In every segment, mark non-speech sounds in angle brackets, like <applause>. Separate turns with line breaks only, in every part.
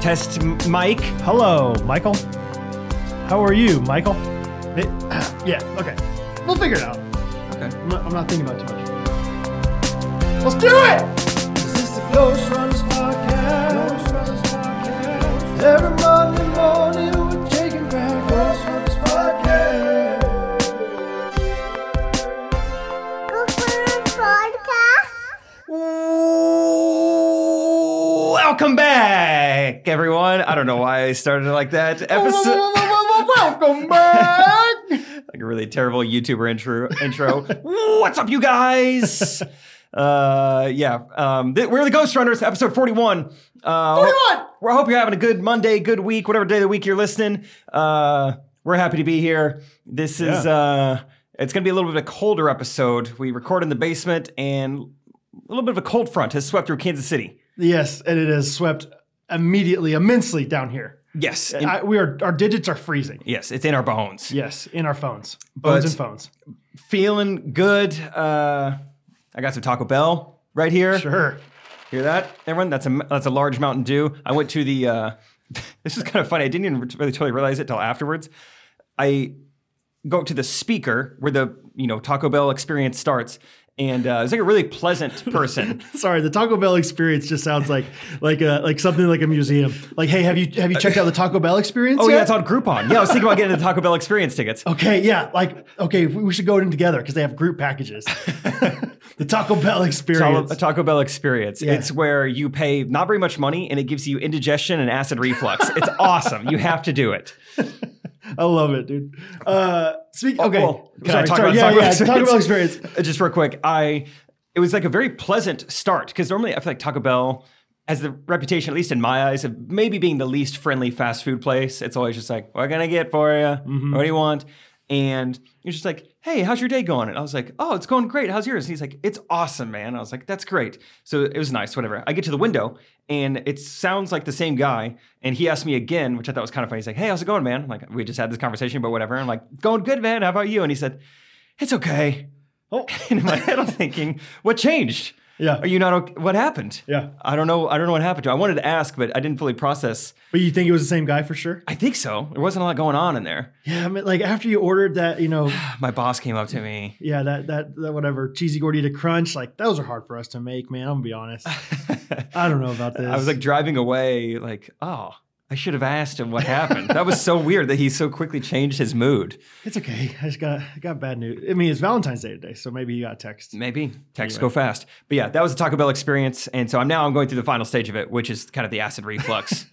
Test Mike. Hello,
Michael? How are you, Michael? It- <clears throat> yeah, okay. We'll figure it out.
Okay.
I'm not, I'm not thinking about it too much. Let's do it!
This is the Ghost Runners Podcast. Ghost Runners Podcast. Every Monday morning we're taking back Ghost Runners Podcast.
Welcome back, everyone. I don't know why I started like that.
<laughs>
Episode
Welcome back!
like a really terrible YouTuber <laughs> intro. Intro. What's up, you guys? Uh, yeah. Um, th- we're the Ghost Runners, episode forty-one. Uh, forty-one. We're I hope you're having a good Monday, good week, whatever day of the week you're listening. Uh, we're happy to be here. This is
Yeah.
uh, it's gonna be a little bit of a colder episode. We record in the basement, and a little bit of a cold front has swept through Kansas City.
yes, and it has swept immediately, immensely down here.
Yes. in-
I, we are, our digits are freezing.
Uh, Yes, it's in our bones.
Yes, in our phones.
But-
Bones and phones.
Feeling good. Uh, I got some Taco Bell right here.
Sure.
Hear that, everyone? That's a that's a large Mountain Dew. I went to the. Uh, <laughs> this is kind of funny. I didn't even really totally realize it till afterwards. I go up to the speaker where the you know Taco Bell experience starts, and uh, it's like a really
<laughs>
pleasant person.
Sorry, the Taco Bell experience just sounds like like a like something like a museum. Like, hey, have you have you checked out the Taco Bell experience?
oh
yet?
yeah, it's on Groupon. Yeah, I was thinking about getting the Taco Bell experience tickets.
Okay, yeah, like okay, we we should go in together because they have
<laughs>
group packages. the Taco Bell
Taco,
experience.
a Taco Bell experience.
Yeah.
It's where you pay not very much money and it gives you indigestion and acid reflux. it's awesome. You have to do it.
I love it, dude. Uh, speak.
Oh,
Okay,
well, should I
sorry,
talk
sorry,
about
yeah,
Taco Bell
yeah, Taco Bell
experience?
experience.
Uh, Just real quick, I it was like a very pleasant start because normally I feel like Taco Bell has the reputation, at least in my eyes, of maybe being the least friendly fast food place. It's always just like, "What can I get for you? What do you want?" And you're just like, "Hey, how's your day going?" And I was like, "Oh, it's going great. How's yours?" And he's like, "It's awesome, man." And I was like, "That's great." So it was nice. Whatever. I get to the window, and it sounds like the same guy. And he asked me again, which I thought was kind of funny. He's like, "Hey, how's it going, man?" I'm like, "We just had this conversation, but whatever." I'm like, "Going good, man. How about you?" And he said, "It's okay."
Oh,
And <laughs> in my head, I'm thinking, what changed?
Yeah.
Are you not okay? What happened?
Yeah.
I don't know. I don't know what happened to. you. I wanted to ask, but I didn't fully process.
but you think it was the same guy for sure?
I think so. There wasn't a lot going on in there. <sighs>
Yeah, I mean, like after you ordered that, you know, <sighs>
My boss came up to me. <laughs>
yeah, that that that whatever cheesy gordita crunch, like those are hard for us to make, man. I'm gonna be <sighs> honest. I don't know about this.
I was like driving away, like, oh, I should have asked him what happened. that was so <laughs> weird that he so quickly changed his mood.
it's okay. I just got I got bad news. I mean, it's Valentine's Day today, so maybe you got a text.
Maybe texts go fast. But yeah, that was the Taco Bell experience, and so I'm now I'm going through the final stage of it, which is kind of the acid <laughs> reflux,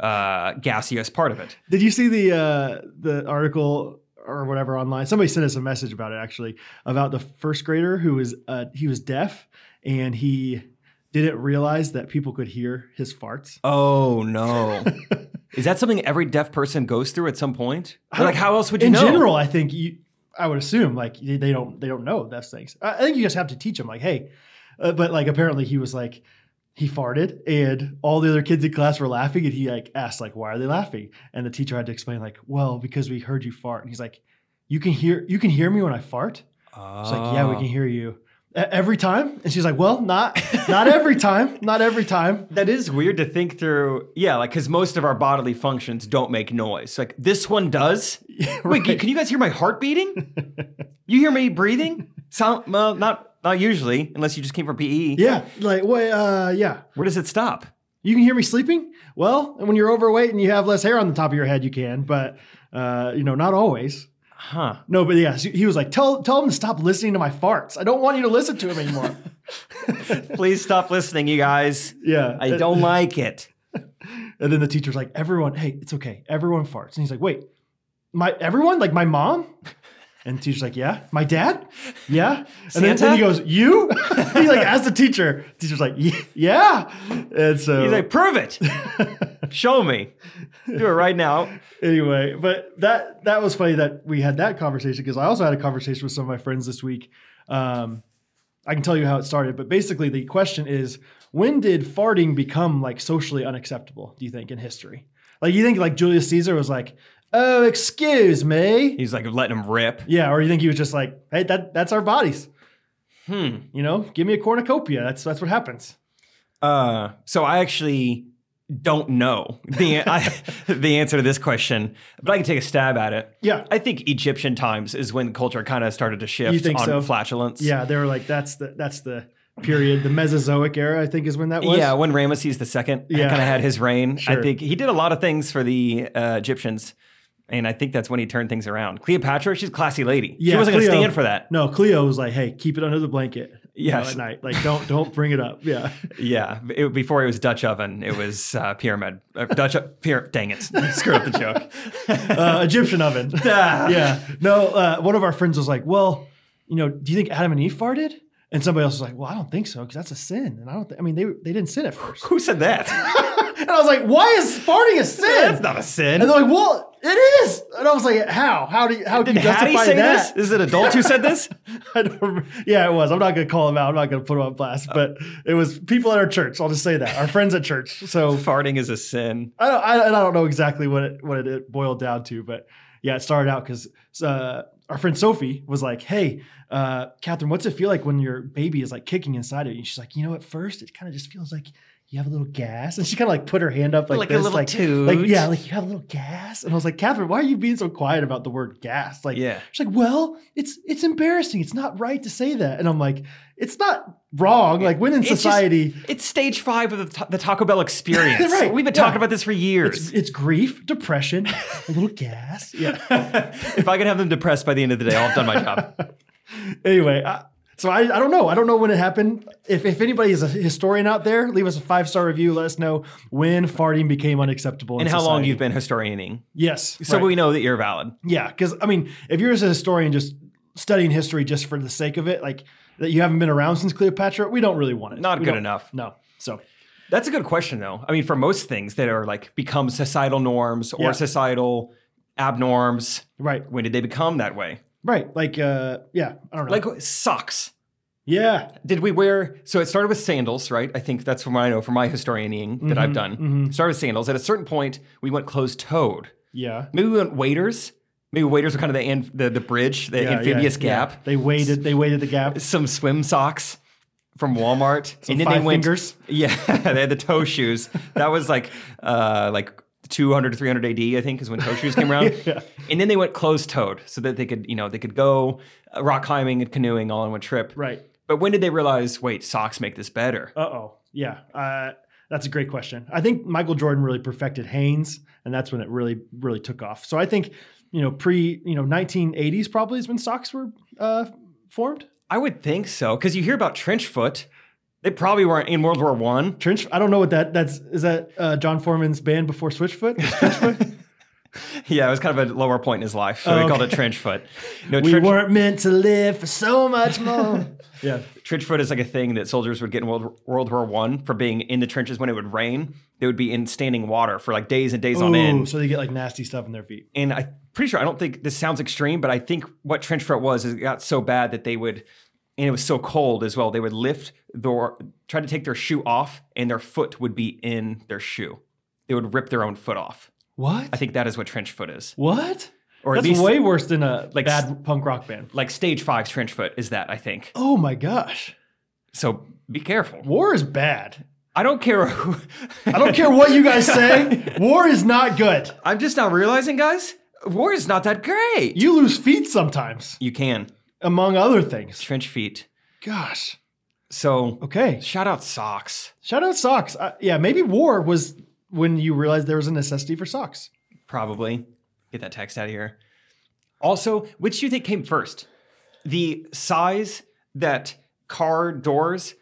uh, gaseous part of it.
Did you see the uh, the article or whatever online? Somebody sent us a message about it actually about the first grader who was uh, he was deaf and he didn't realize that people could hear his farts. <laughs>
Oh no. Is that something every deaf person goes through at some point?
I
Like
don't-
how else would you
In
know?
general, I think you I would assume like they, they don't they don't know those things. I, I think you just have to teach them like hey, uh, but like apparently he was like. He farted, and all the other kids in class were laughing. And he like asked, like, "Why are they laughing?" And the teacher had to explain, like, "Well, because we heard you fart." And he's like, "You can hear, you can hear me when I fart."
Ah.
She's like, yeah, we can hear you E- every time. And she's like, well, not not every time, not every time. <laughs>
That is weird to think through. Yeah, like because most of our bodily functions don't make noise. Like this one does. Wait, can, can you guys hear my heart beating? you hear me breathing? Sound? Well, not not usually, unless you just came from PE.
Yeah, like wait, uh, yeah.
Where does it stop?
You can hear me sleeping. Well, when you're overweight and you have less hair on the top of your head, you can, but uh, you know, not always.
Huh?
No, but yeah, so he was like, tell tell him to stop listening to my farts. I don't want you to listen to him
<laughs>
anymore.
Please stop listening, you guys.
yeah,
I don't like it.
And then the teacher's like, everyone, hey, it's okay. Everyone farts. And he's like, wait, my everyone? Like my mom? And the teacher's like, yeah. My dad? Yeah. And
Santa?
then, then he goes, you? <laughs> he like asked the teacher. teacher's like, "Ye- yeah. And so
He's like, prove
<laughs>
it. Show me. Do it right now.
anyway, but that that was funny that we had that conversation because I also had a conversation with some of my friends this week. Um, I can tell you how it started, but basically the question is, when did farting become like socially unacceptable? Do you think in history? Like you think like Julius Caesar was like, oh, excuse me,
He's like letting him rip.
yeah, or you think he was just like, hey, that that's our bodies.
Hmm.
You know, give me a cornucopia. That's that's what happens.
Uh, so I actually don't know the I, <laughs> the answer to this question, but I can take a stab at it.
Yeah.
I think Egyptian times is when culture kind of started to shift
You think
on
so?
flatulence.
Yeah, they were like, that's the that's the period, the Mesozoic era, I think is when that was.
Yeah, when Ramesses II
Yeah.
kind of had his reign,
Sure.
I think he did a lot of things for the uh, Egyptians, and I think that's when he turned things around. Cleopatra, she's a classy lady. she
Yeah,
wasn't going to
Cleo-
stand for that.
No, Cleo was like, "Hey, keep it under the blanket." you know,
Yes.
at night, like don't don't bring it up. <laughs> Yeah,
Yeah, it, before it was Dutch oven, it was uh, pyramid. Uh, Dutch pyramid. Dang it, <laughs> screwed up the joke.
uh, Egyptian <laughs> oven. yeah, no. Uh, one of our friends was like, "Well, you know, do you think Adam and Eve farted?" And somebody else was like, "Well, I don't think so because that's a sin." And I don't. Th- I mean, they they didn't sin at first.
Who said that?
<laughs>
<laughs>
and I was like, "Why is farting a sin?"
That's not a sin.
and they're like, "Well, it is." And I was like, "How? How do you, how do
Did
you justify
Hattie say
that?"
this? Is it adults who said this?
<laughs> I don't remember. Yeah, it was. I'm not going to call him out. I'm not going to put him on blast. But it was people at our church. I'll just say that our friends at church.
<laughs>
So
Farting is a sin.
I don't, I, I don't know exactly what it what it boiled down to, but yeah, it started out because uh, our friend Sophie was like, "Hey, uh, Catherine, what's it feel like when your baby is like kicking inside of you?" And she's like, "You know, at first it kind of just feels like." You have a little gas, and she kind of like put her hand up like,
Like a
this,
little
like,
toot.
like yeah, like you have a little gas. And I was like, Catherine, why are you being so quiet about the word gas? Like,
Yeah.
She's like, well, it's it's embarrassing. It's not right to say that. And I'm like, it's not wrong. Like, when in
It's just-
society,
It's stage five of the, Ta- the Taco Bell experience.
<laughs> Right,
We've been
yeah.
talking about this for years.
it's, it's grief, depression, a <laughs> little gas. Yeah.
<laughs>
<laughs>
if I can have them depressed by the end of the day, I'll have done my job.
anyway, I, so I, I don't know. I don't know when it happened. If, if anybody is a historian out there, leave us a five star review. Let us know when farting became unacceptable.
And how long
society.
you've been historianing.
Yes.
So
right.
we know that you're valid.
Yeah, because I mean, if you're as a historian just studying history just for the sake of it, like that you haven't been around since Cleopatra, we don't really want it.
Not
We
good
don't-
enough.
No. So
That's a good question, though. I mean, for most things that are like become societal norms or
Yeah.
societal abnorms,
right,
when did they become that way?
right, like uh, yeah, I don't know,
Like socks.
yeah,
Did we wear? So it started with sandals, right? I think that's from what I know from my historianing that
Mm-hmm,
I've done. Started with sandals. At a certain point, we went closed toed.
yeah,
Maybe we went waiters. Maybe waiters were kind of the an- the, the bridge, the
yeah, yeah,
amphibious
yeah.
gap.
They waited. They waited the gap.
Some swim socks from Walmart,
<laughs> Some five fingers.
<laughs> Yeah, they had the toe shoes. That was like uh, like 200 to 300 AD, I think, is when toe shoes
<laughs>
came around.
Yeah.
And then they went closed toed so that they could, you know, they could go uh, rock climbing and canoeing all in one trip.
Right.
But when did they realize, wait, socks make this better?
Uh oh. Yeah. Uh, that's a great question. I think Michael Jordan really perfected Hanes, and that's when it really, really took off. So I think, you know, pre, you know, 1980s probably is when socks were uh, formed.
I would think so, because you hear about trench foot. They probably weren't in World War One. <laughs>
Trench. I don't know what that. That's is that uh, John Foreman's band
<laughs>
before Switchfoot. Is Trenchfoot?
Yeah, it was kind of a lower point in his life, so they
Oh,
called it
okay.
trench foot.
<laughs>
No,
we
trench,
weren't meant to live for so much
<laughs>
more. yeah.
trench foot is like a thing that soldiers would get in World, World War One for being in the trenches when it would rain. They would be in standing water for like days and days on
Ooh,
end.
so they get like nasty stuff in their feet.
And I pretty sure I don't think this sounds extreme, but I think what trench foot was is it got so bad that they would, and it was so cold as well. They would lift their try to take their shoe off, and their foot would be in their shoe. They would rip their own foot off.
What?
I think that is what trench foot is.
what?
or
That's
at least
way worse than a
like
bad punk rock band.
like stage five trench foot is that I think.
Oh my gosh.
So be careful.
War is bad.
I don't care who.
I don't care what you guys say. War is not good.
<laughs> I'm just now realizing, guys, war is not that great. You,
You lose feet sometimes,
can
among other things.
trench feet.
Gosh.
So
Okay.
shout out socks.
Shout out socks. Uh, yeah, maybe war was when you realized there was a necessity for socks.
Probably get that text out of here. Also, which do you think came first? The size that car doors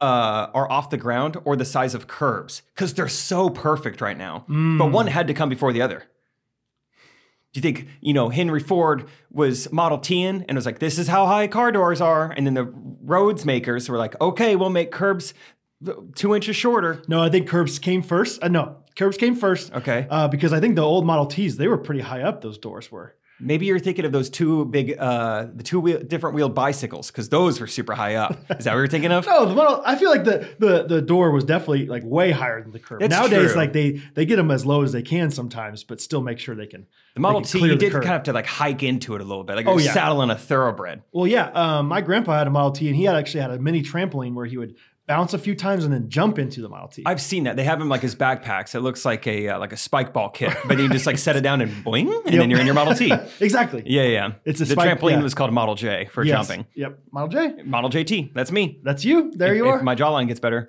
uh, are off the ground, or the size of curbs? Because they're so perfect right now. But one had to come before the other. Do you think you know Henry Ford was Model T in and was like, "This is how high car doors are," and then the roads makers were like, "Okay, we'll make curbs two inches shorter."
No, I think curbs came first. Uh, no, curbs came first.
Okay.
Uh, because I think the old Model Ts, they were pretty high up, those doors were.
Maybe you're thinking of those two big, uh, the two wheel, different wheeled bicycles because those were super high up. Is that what you're
<laughs>
thinking of?
No, the model, I feel like the, the the door was definitely like way higher than the curb.
That's
Nowadays,
true.
like they they get them as low as they can sometimes, but still make sure they can.
The Model
can
T,
clear
you
the
did
curb.
kind of have to like hike into it a little bit, like
Oh,
you're
yeah.
saddling a thoroughbred.
Well, yeah, um, my grandpa had a Model T, and he had actually had a mini trampoline where he would bounce a few times, and then jump into the Model T.
I've seen that. They have them like as backpacks. It looks like a uh, like a spike ball kit,
<laughs>
but you just like set it down and boing, and
Yep.
then you're in your Model
<laughs>
T. Yeah,
<laughs> exactly.
yeah.
It's a
the
spike-
trampoline
yeah.
was called Model J for
Yes.
jumping.
Yep. Model J.
Model JT. That's me.
That's you. There
if,
you are.
If my jawline gets better,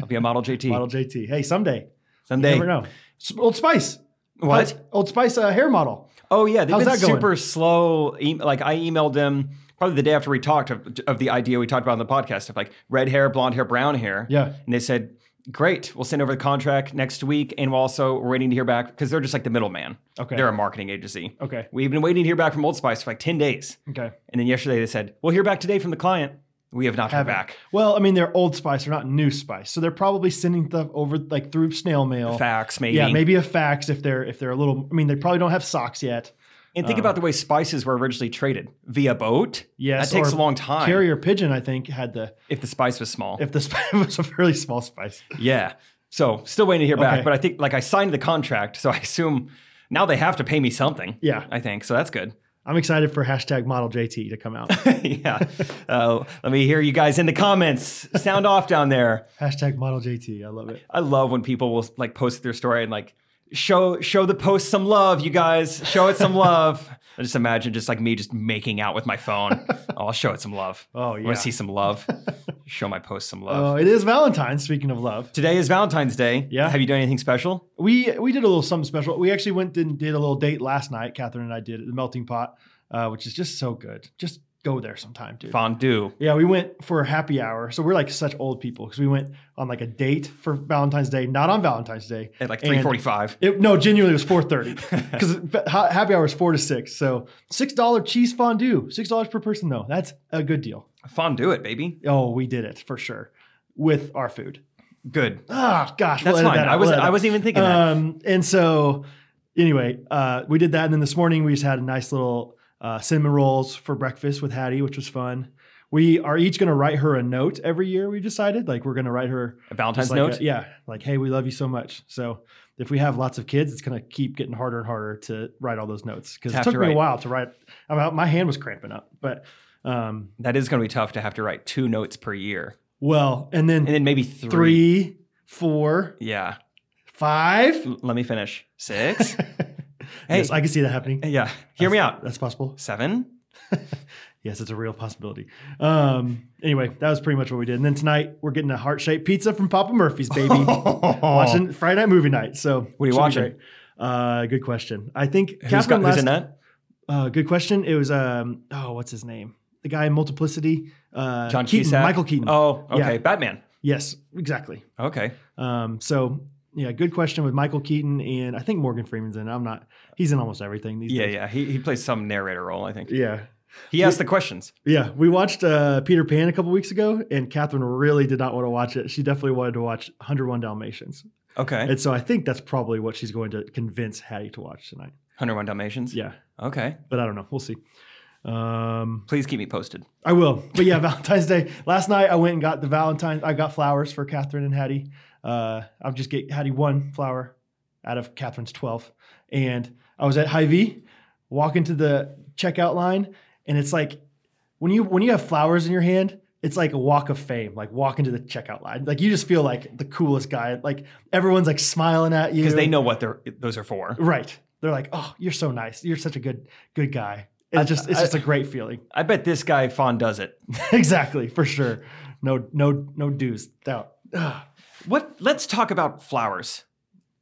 I'll be a Model JT
<laughs> Model JT. Hey, someday.
someday.
Never know. S- Old Spice.
What?
Old, Old Spice uh, hair model.
Oh yeah, they've
How's
been
that going?
super slow. E- like I emailed them probably the day after we talked of, of the idea we talked about on the podcast of like red hair, blonde hair, brown hair.
Yeah.
and they said, "Great, we'll send over the contract next week, and we're also we're waiting to hear back because they're just like the middleman.
Okay.
they're a marketing agency.
Okay.
We've been waiting to hear back from Old Spice for like ten days,
Okay.
and then yesterday they said we'll hear back today from the client. We have not heard
Haven't.
back.
Well, I mean, they're Old Spice. They're not New Spice. So they're probably sending stuff over like through snail mail.
Fax maybe.
Yeah, maybe a fax if they're if they're a little. I mean, they probably don't have socks yet.
And
Uh.
think about the way spices were originally traded via boat.
Yes,
that takes
or
a long time.
Carrier pigeon, I think, had the
if the spice was small.
if the <laughs> spice was a fairly small spice.
Yeah. So still waiting to hear back,
Okay.
but I think like I signed the contract, so I assume now they have to pay me something.
Yeah.
I think so. That's good. <laughs>
I'm excited for hashtag model JT to come out.
yeah. Uh, let me hear you guys in the comments. Sound off down there.
hashtag model JT. I love it.
I love when people will like post their story and like show show the post some love, you guys. Show it some love. <laughs> I just imagine just like me just making out with my
<laughs>
phone. oh, I'll show it some love.
Oh,
I
yeah.
want to see some
<laughs>
love. show my post some love.
Oh, it is Valentine's. Speaking of love,
Today is Valentine's Day.
Yeah.
Have you done anything special?
we we did a little something special. We actually went and did a little date last night. Catherine and I did at the Melting Pot, uh, which is just so good. Just go there sometime, dude.
Fondue.
Yeah, we went for a happy hour. So we're like such old people because we went on like a date for Valentine's Day, not on Valentine's Day.
At like
And
345.
It, no, genuinely, it was four
<laughs>
thirty because happy hour is four to six. So six dollar cheese fondue, six dollars per person though. That's a good deal.
Fondue it, baby.
Oh, we did it for sure with our food.
Good.
Ah, gosh,
That's
we'll edit
fine.
that out.
I wasn't. I
We'll edit that out.
wasn't even thinking that.
Um, and so, anyway, uh, we did that, and then this morning we just had a nice little uh, cinnamon rolls for breakfast with Hattie, which was fun. We are each going to write her a note every year. We decided, like, we're going to write her
A
just
Valentine's
like
note.
a- yeah, like, hey, we love you so much. So if we have lots of kids, it's going to keep getting harder and harder to write all those notes because
To
it
have
took
to
me a
write.
while to write. I mean, my hand was cramping up, but um,
That is going to be tough to have to write two notes per year,
well, and then,
and then maybe three.
three, four,
Yeah.
five.
L- let me finish.
<laughs>
Six. Hey.
Yes, I can see that happening.
yeah. Hear me out.
That's possible.
Seven.
Yes, it's a real possibility. Um, anyway, that was pretty much what we did. And then tonight we're getting a heart shaped pizza from Papa Murphy's,
<laughs>
baby. Watching Friday night movie night. So
Oh. What are you
should be
watching?
great. Uh, good question. I think
Who's, got,
Catherine
who's in
last.
that?
Uh, good question. It was um oh what's his name? The guy in Multiplicity. Uh,
John
Keaton,
Cusack?
Michael Keaton.
Oh,
Yeah.
okay. Batman.
yes, exactly.
Okay.
Um, so yeah, good question with Michael Keaton and I think Morgan Freeman's in. it. I'm not. He's in almost everything these
Yeah,
days.
yeah. He, he plays some narrator role, I think.
Yeah.
He asked the questions.
Yeah, we watched uh, Peter Pan a couple weeks ago, and Catherine really did not want to watch it. She definitely wanted to watch 101 Dalmatians,
Okay.
and so I think that's probably what she's going to convince Hattie to watch tonight.
101 Dalmatians.
Yeah,
Okay.
but I don't know. We'll see. Um,
Please keep me posted.
I will. But yeah, <laughs> Valentine's Day. Last night I went and got the Valentine's. I got flowers for Catherine and Hattie. Uh, I'll just get Hattie one flower out of Catherine's 12. And I was at Hy-Vee, walking to the checkout line, and it's like when you when you have flowers in your hand, it's like a walk of fame, like walking to the checkout line. Like you just feel like the coolest guy. Like everyone's like smiling at you
Because they know what they're, those are for.
Right. They're like, "Oh, you're so nice. You're such a good good guy." It's just it's just a great feeling.
I bet this guy, Fawn, does it.
<laughs> exactly for sure no no no dues doubt Ugh.
What? Let's talk about flowers.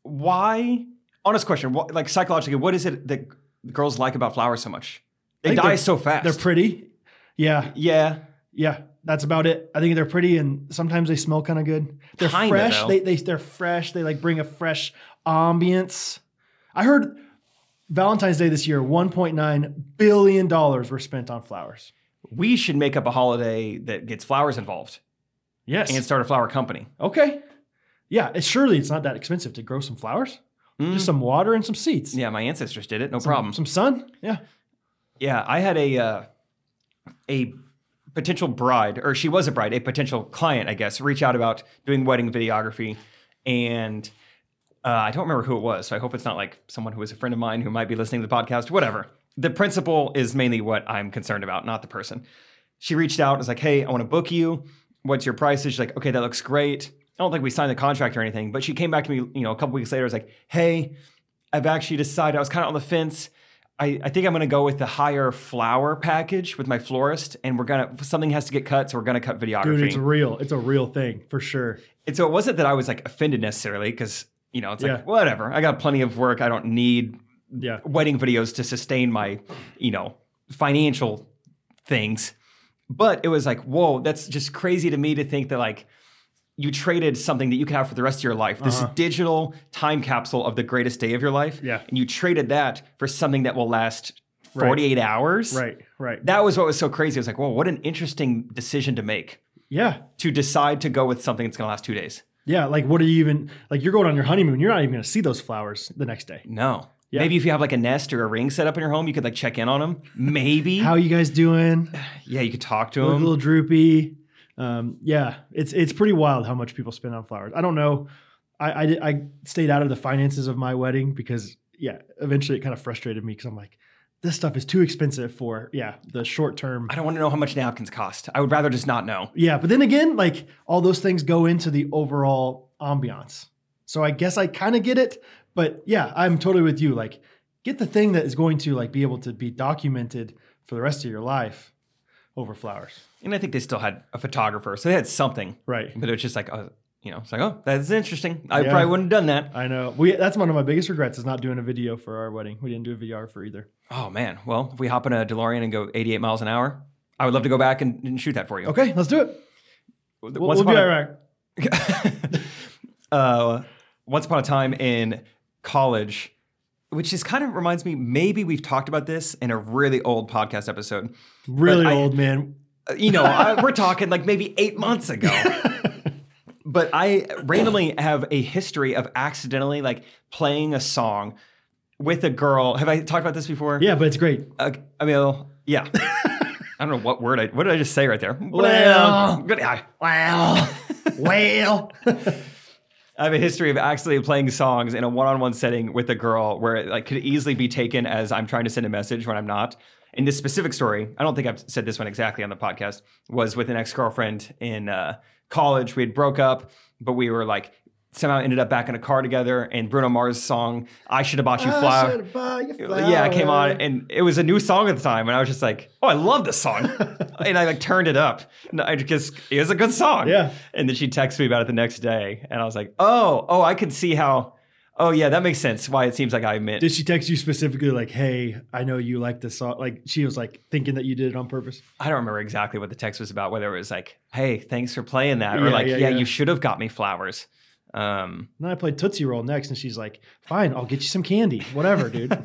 Why? Honest question. What, like psychologically, what is it that girls like about flowers so much? They
think
die
they're-
so fast.
they're pretty yeah
yeah.
yeah that's about it i think they're pretty and sometimes they smell kind of good they're
Kinda,
fresh
though.
they, they they're fresh they like bring a fresh ambience i heard valentine's day this year 1.9 billion dollars were spent on flowers
We should make up a holiday that gets flowers involved
yes
and start a flower company.
okay yeah it's, surely it's not that expensive to grow some flowers
Mm.
just some water and some seeds
Yeah, my ancestors did it. No problem.
some sun yeah
Yeah, I had a uh, a potential bride, or she was a bride, a potential client, I guess, reach out about doing wedding videography, and uh, I don't remember who it was, so I hope it's not like someone who is a friend of mine who might be listening to the podcast. Whatever. The principle is mainly what I'm concerned about, not the person. She reached out and was like, "Hey, I want to book you. what's your price? She's like, okay, that looks great. I don't think we signed the contract or anything, but she came back to me, you know, a couple weeks later. I was like, hey, I've actually decided. I was kind of on the fence. I, I think I'm going to go with the higher flower package with my florist, and we're gonna something has to get cut, so we're gonna cut videography.
Dude, it's real. It's a real thing for sure.
And so it wasn't that I was like offended necessarily, because you know, it's
Yeah.
like whatever. I got plenty of work. I don't need
Yeah.
wedding videos to sustain my, you know, financial things. But it was like, whoa, that's just crazy to me to think that like you traded something that you could have for the rest of your life, this digital time capsule of the greatest day of your life.
Uh-huh. Yeah.
And you traded that for something that will last
Right.
48 hours.
Right. Right.
That was what was so crazy. I was like, whoa, what an interesting decision to make
Yeah.
to decide to go with something that's going to last two days.
Yeah. Like, what are you even like? You're going on your honeymoon. You're not even going to see those flowers the next day.
No.
Yeah.
Maybe if you have like a nest or a ring set up in your home, you could like check in on them. Maybe.
How you guys doing?
yeah, you could talk to
Look a
them.
little droopy. Um, yeah, it's it's pretty wild how much people spend on flowers. I don't know. I, I did- I stayed out of the finances of my wedding because yeah, eventually it kind of frustrated me because I'm like, this stuff is too expensive for yeah the short term.
I don't want to know how much napkins cost. I would rather just not know.
Yeah, but then again, like all those things go into the overall ambiance. So I guess I kind of get it, but yeah, I'm totally with you. Like, get the thing that is going to like be able to be documented for the rest of your life over flowers.
And I think they still had a photographer, so they had something.
Right.
But it was just like, uh, you know, it's like, oh, that's interesting. I
Yeah.
probably wouldn't have done that.
I know. We that's one of my biggest regrets is not doing a video for our wedding. We didn't do a VR for either.
Oh man. Well, if we hop in a DeLorean and go 88 miles an hour, I would love to go back and, and shoot that for you.
Okay, let's do it. We'll,
Once
we'll be
upon
all
a-
right.
<laughs> uh, once upon a time in college, which is kind of reminds me, maybe we've talked about this in a really old podcast episode.
Really
I-
old man.
Uh, You know, I, we're talking like maybe eight months
<laughs>
ago. but I randomly have a history of accidentally like playing a song with a girl. Have I talked about this before?
Yeah, but it's
<laughs>
great.
Uh, I mean, well,
<laughs>
yeah. I don't know what word I, what did I just say right there?
Well.
Good- I- well.
Well,
I have a history of actually playing songs in a one-on-one setting with a girl where it like could easily be taken as I'm trying to send a message when I'm not. In this specific story, I don't think I've said this one exactly on the podcast, was with an ex-girlfriend in uh, college. We had broke up, but we were like somehow ended up back in a car together and Bruno Mars' song, I Should Have Bought
Ah,
You
<laughs>
Flower. Yeah, it came on and it was a new song at the time, and I was just like, "Oh, I love this
<laughs>
song," and I like turned it up. And I just it was a good song.
Yeah.
And then she texted me about it the next day, and I was like, "Oh, oh, I can see how. Oh, yeah, that makes sense. Why it seems like I meant."
Did she text you specifically like, "Hey, I know you like this song." Like she was like thinking that you did it on purpose.
I don't remember exactly what the text was about. Whether it was like, "Hey, thanks for playing that," or
Yeah,
like,
yeah,
"Yeah,
yeah.
you should have got me flowers." Um, <laughs>
And then I played Tootsie Roll next, and she's like, "Fine, I'll get you some candy, whatever,
<laughs>
dude."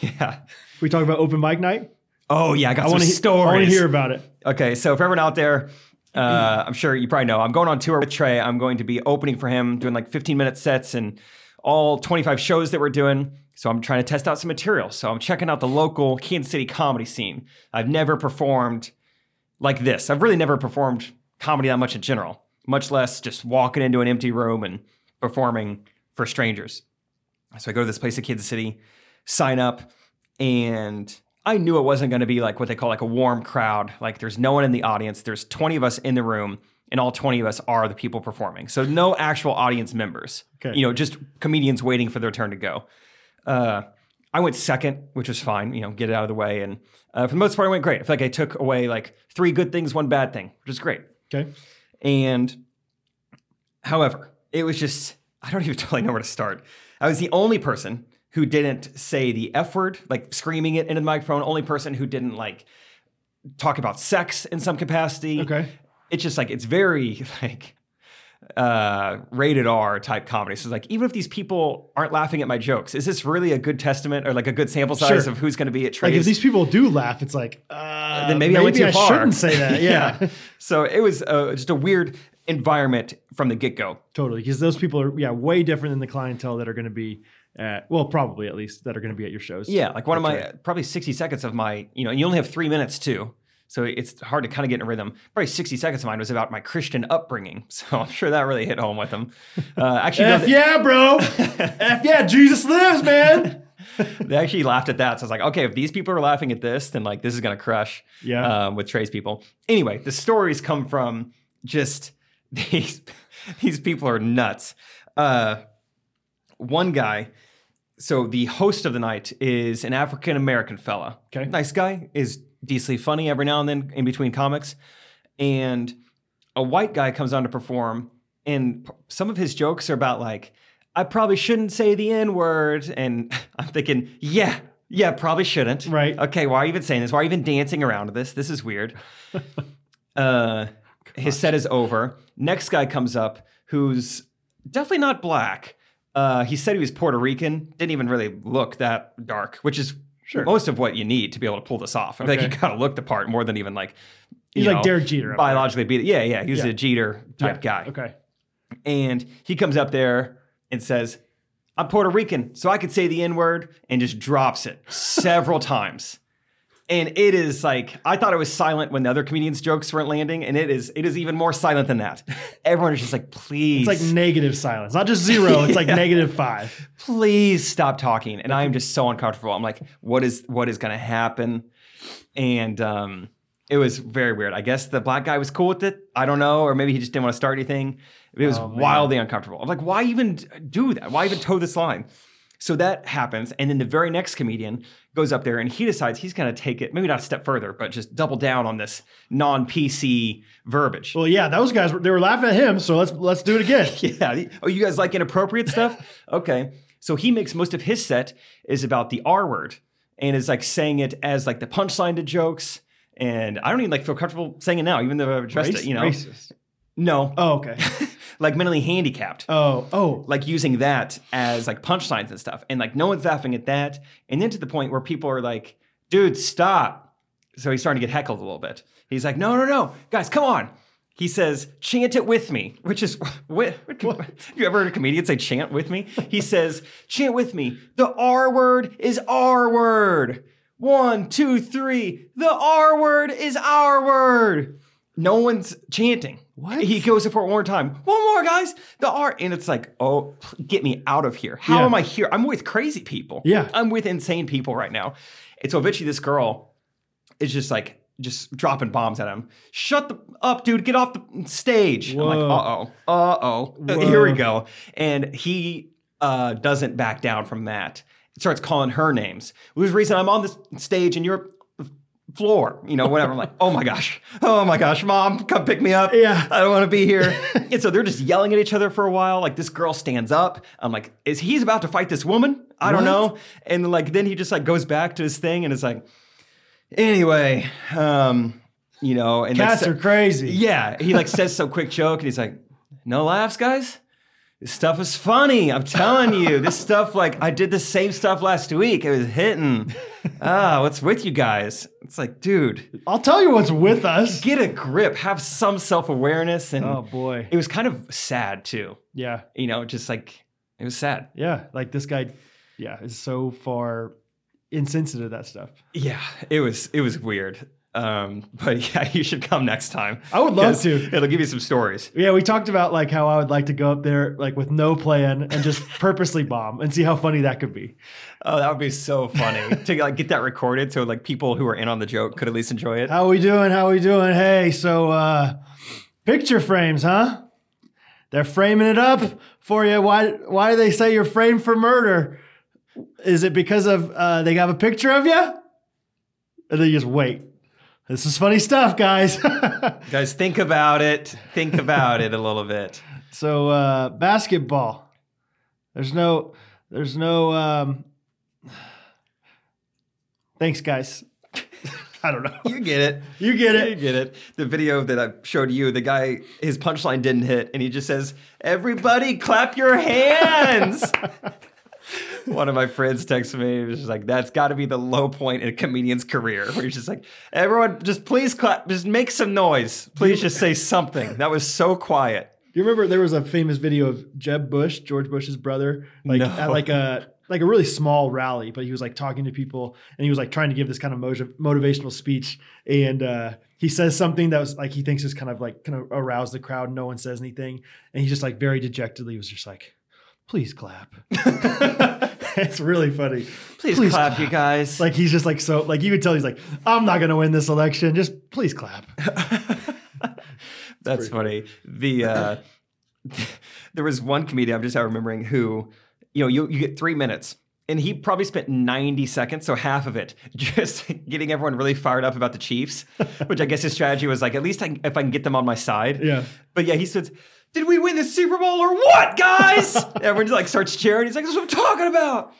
yeah.
we talk about open mic night.
Oh yeah, I got
I
some
want to
stories.
I want to hear about it.
Okay, so if everyone out there, uh, I'm sure you probably know, I'm going on tour with Trey. I'm going to be opening for him, doing like 15 minute sets and all 25 shows that we're doing. So I'm trying to test out some material. So I'm checking out the local Kansas City comedy scene. I've never performed like this. I've really never performed comedy that much in general, much less just walking into an empty room and performing for strangers. So I go to this place in Kansas City, sign up, and I knew it wasn't going to be like what they call like a warm crowd. Like there's no one in the audience. There's 20 of us in the room, and all 20 of us are the people performing. So no actual audience members.
Okay.
You know, just comedians waiting for their turn to go. Uh, I went second, which was fine. You know, get it out of the way, and uh, for the most part, I went great. I feel like I took away like three good things, one bad thing, which is great.
Okay.
And however, it was just, I don't even <laughs> totally know where to start. I was the only person who didn't say the F word, like screaming it into the microphone, only person who didn't like talk about sex in some capacity.
Okay.
It's just like, it's very <laughs> like, uh rated R type comedy. So it's like even if these people aren't laughing at my jokes, is this really a good testament or like a good sample size
Sure.
of who's going to be at Trey's?
Like if these people do laugh, it's like, uh,
then maybe, I went too far.
shouldn't
<laughs>
say that. Yeah,
So it was uh, just a weird environment from the get go.
totally. Because those people are yeah way different than the clientele that are going to be at well, probably at least that are going to be at your shows.
Yeah, like one of my probably 60 seconds of my, you know, and you only have three minutes too. So it's hard to kind of get in a rhythm. Probably 60 seconds of mine was about my Christian upbringing. <laughs> So I'm sure that really <laughs>
<laughs>
hit home with them. Uh, actually, no, <laughs>
F yeah, bro. F yeah, Jesus lives, man.
they actually laughed at that. So I was like, okay, if these people are laughing at this, then like this is gonna crush.
Yeah.
Um, with Trey's people. Anyway, the stories come from just <laughs> these these people are nuts. Uh, one guy. So the host of the night is an African American fella.
Okay.
Nice guy is decently funny every now and then in between comics, and a white guy comes on to perform, and p- some of his jokes are about like, I probably shouldn't say the N word, and <laughs> I'm thinking, yeah, yeah, probably shouldn't.
Right.
Okay, why are you even saying this? Why are you even dancing around this? This is weird.
<laughs>
uh, his set is over. Next guy comes up who's definitely not black. Uh, he said he was Puerto Rican. Didn't even really look that dark, which is
Sure.
most of what you need to be able to pull this off. I think
Okay.
you gotta look the part more than even like
He's
you
like
know,
Derek Jeter up there.
Biologically, be yeah, yeah. He was
Yeah.
a Jeter type guy
Okay.
and he comes up there and says, "I'm Puerto Rican, so I could say the N word," and just drops it
<laughs>
several times. And it is like I thought it was silent when the other comedians' jokes weren't landing, and it is it is even more silent than that. Everyone is just like, "Please,
It's like negative silence, not just zero. It's
<laughs>
like
Yeah.
negative five.
please stop talking." And I am just so uncomfortable. I'm like, "What is what is going to happen?" And um, it was very weird. I guess the black guy was cool with it. I don't know, or maybe he just didn't want to start anything. It was
Oh, man.
wildly uncomfortable. I'm like, why even do that? Why even toe this line? So that happens, and then the very next comedian goes up there and he decides he's going to take it, maybe not a step further, but just double down on this non-PC verbiage.
Well, yeah, those guys were- they were laughing at him, so let's let's do it again.
<laughs> yeah. Oh, you guys like inappropriate stuff? Okay. So he makes most of his set is about the R word and is like saying it as like the punchline to jokes. And I don't even like feel comfortable saying it now, even though I've addressed
Rac-
it, you know.
Racist.
No. <laughs>
Oh, okay.
Like mentally handicapped.
Oh, oh,
Like using that as like punchlines and stuff. And like no one's laughing at that. And then to the point where people are like, dude, stop. So he's starting to get heckled a little bit. He's like, no, no, no, guys, come on. He says, chant it with me, which is <laughs> what, <laughs> you ever heard a comedian say chant with me? He says, chant with me. The R word is our word. One, two, three. The R word is our word. No one's chanting.
What?
He goes for it one more time. One more, guys. The R. And it's like, oh, pl- get me out of here. How
Yeah.
am I here? I'm with crazy people.
Yeah.
I'm with insane people right now. And so eventually this girl is just like just dropping bombs at him. Shut the up, dude. Get off the stage. I'm
Whoa.
like, uh oh, uh oh.
Whoa.
Here we go. And he uh, doesn't back down from that. Starts calling her names. It was the reason I'm on this stage and you're floor, you know, whatever. I'm like, oh my gosh, oh my gosh, mom, come pick me up.
Yeah.
I don't want to be here.
<laughs>
and so they're just yelling at each other for a while. Like this girl stands up. I'm like, is he's about to fight this woman? I don't
What?
know. And like then he just like goes back to his thing and it's like, anyway, um, you know, and like,
cats
sa-
are crazy.
yeah, he like says some quick joke and he's like, no laughs, guys. This stuff is funny. I'm telling you, this stuff like I did the same stuff last week. It was hitting. Ah, what's with you guys? It's like, dude,
I'll tell you what's with us.
get a grip. Have some self awareness. And
Oh boy.
it was kind of sad too.
Yeah.
You know, just like it was sad.
Yeah. Like this guy. Yeah, is so far insensitive to that stuff.
Yeah, it was. It was weird. Um, but <laughs> yeah, you should come next time.
I would love
'Cause
to.
It'll give you some stories.
Yeah, we talked about like how I would like to go up there like with no plan and just purposely bomb and see how funny that could be.
Oh, that would be so <laughs> funny to like get that recorded so like people who are in on the joke could at least enjoy <laughs> it.
How we doing? How we doing? Hey, so uh picture frames, huh? They're framing it up for you. Why why do they say you're framed for murder? Is it because of uh they have a picture of you? And then you just wait. This is funny stuff, guys. <laughs>
Guys, think about it. Think about it a little bit.
so uh basketball. There's no there's no um <sighs> Thanks guys. <laughs> I don't know. <laughs>
You get it.
You get
You
it.
get it. The video that I showed you, the guy, his punchline didn't hit, and he just says, Everybody clap your hands. <laughs> One of my friends texted me, he was just like, That's gotta be the low point in a comedian's career. Where he's just like, Everyone, just please clap, just make some noise. Please just say something. That was so quiet.
Do you remember there was a famous video of Jeb Bush, George Bush's brother, like
No.
at like a like a really small rally, but he was like talking to people and he was like trying to give this kind of motiv- motivational speech, and uh, he says something that was like he thinks is kind of like kind of arouse the crowd. No
<laughs>
one says anything, and he just like very dejectedly was just like, "Please clap." it's really funny.
Please, clap, you guys.
Like he's just like so like you could tell he's like I'm not gonna win this election. Just please clap.
That's funny. The uh, <laughs> there was one comedian I'm just now remembering who, you know, you, you get three minutes, and he probably spent 90 seconds, so half of it, <laughs> just getting everyone really fired up about the Chiefs,
<laughs>
which I guess his strategy was like, at least I, can- if I can get them on my side.
Yeah.
But yeah, he says, "Did we win the Super Bowl or what,
<laughs>
guys?" everyone just like starts cheering. He's like, "That's what I'm talking about."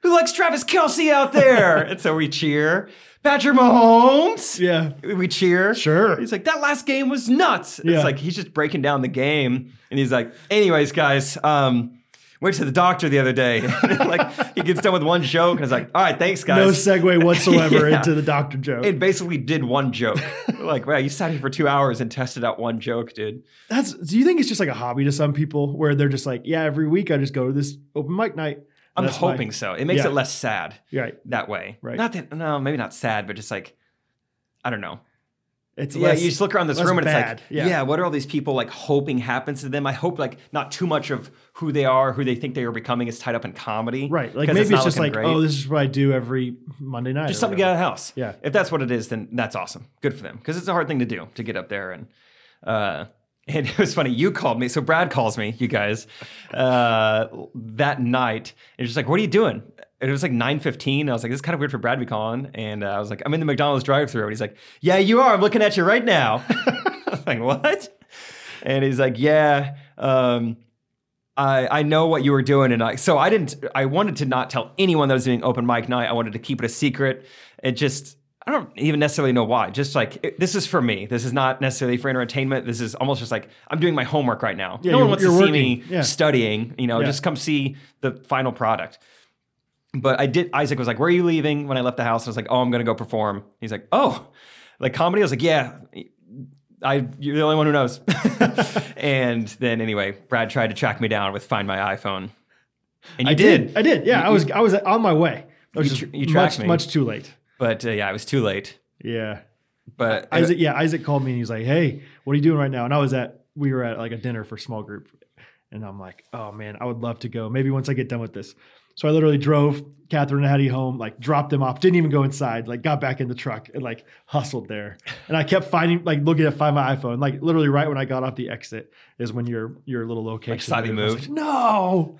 Who likes Travis Kelsey out there? and so we cheer. Patrick Mahomes.
Yeah.
We cheer.
Sure.
He's like, that last game was nuts.
Yeah.
It's like he's just breaking down the game. And he's like, anyways, guys, um, went to the doctor the other day. <laughs> like he gets done with one joke and it's like, all right, thanks,
No
guys.
segue whatsoever
<laughs> Yeah.
into the doctor joke.
it basically did one joke. like, wow, you sat here for two hours and tested out one joke, dude.
That's do you think it's just like a hobby to some people where they're just like, yeah, every week I just go to this open mic night. and
I'm
that's my-
hoping so. It makes
Yeah.
it less sad
You're right.
that way.
Right.
Not that no, maybe not sad, but just like I don't know.
It's
yeah,
less,
you just look around this
less
room and
bad.
it's like,
Yeah.
yeah. what are all these people like hoping happens to them? I hope like not too much of who they are, who they think they are becoming is tied up in comedy.
right. Like
'Cause
maybe it's,
not
just like,
looking
oh,
great.
this is what I do every Monday night.
just
or
something to get
whatever.
out of the house.
Yeah.
If that's what it is, then that's awesome. Good for them. Because it's a hard thing to do to get up there and uh <laughs> and it was funny, you called me. So Brad calls me, you guys, uh that night. And just like, what are you doing? And it was like 9.15. I was like, this is kind of weird for Brad to be calling. And uh, I was like, I'm in the McDonald's drive thru And he's like, yeah, you are. I'm looking at you right now. <laughs> I was like, what? And he's like, yeah, um, I, I know what you were doing. And I, so I didn't, I wanted to not tell anyone that I was doing open mic night. I wanted to keep it a secret. It just, I don't even necessarily know why. Just like, it- this is for me. This is not necessarily for entertainment. This is almost just like, I'm doing my homework right now.
Yeah,
no one wants
you're-
to
you're
see me
working. Yeah.
studying, you know,
Yeah.
just come see the final product. But I did, Isaac was like, Where are you leaving? When I left the house, I was like, Oh, I'm going to go perform. He's like, Oh, like comedy? I was like, Yeah, I you're the only one who knows. <laughs> and then anyway, Brad tried to track me down with Find My iPhone, and you
I
did.
I did. Yeah,
You-
I was I was on my way. I was
You
just
tr- you tracked
much
me.
much too late.
But uh, yeah, it was too late.
Yeah.
But uh,
Isaac, yeah, Isaac called me and he's like, "Hey, what are you doing right now?" And I was at, we were at like a dinner for small group, and I'm like, "Oh man, I would love to go. Maybe once I get done with this." So I literally drove Catherine and Hattie home, like dropped them off, didn't even go inside, like got back in the truck and like hustled there. And I kept finding, like looking at find my iPhone, like literally right when I got off the exit is when your your little location
slightly
moved. I was
moved?
like, no,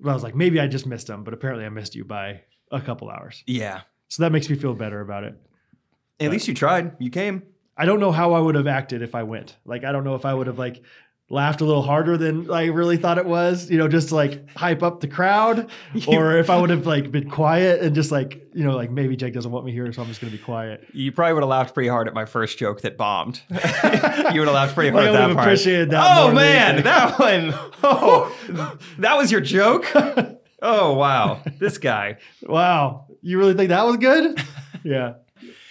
but I was like, maybe I just missed them, but apparently I missed you by a couple hours.
yeah,
So that makes me feel better about it.
at least you tried. You came.
I don't know how I would have acted if I went. Like I don't know if I would have like laughed a little harder than I really thought it was, you know, just to like hype up the crowd or if I would have like been quiet and just like, you know, like maybe Jake doesn't want me here so I'm just going to be quiet.
You probably would have laughed pretty hard at my first joke that bombed. <laughs> you would have laughed pretty hard
I
at
would
that
have
part.
appreciated that.
oh
more than
man,
anything.
that one. <laughs> Oh, that was your <laughs> joke. Oh wow, this guy.
wow. You really think that was good? yeah.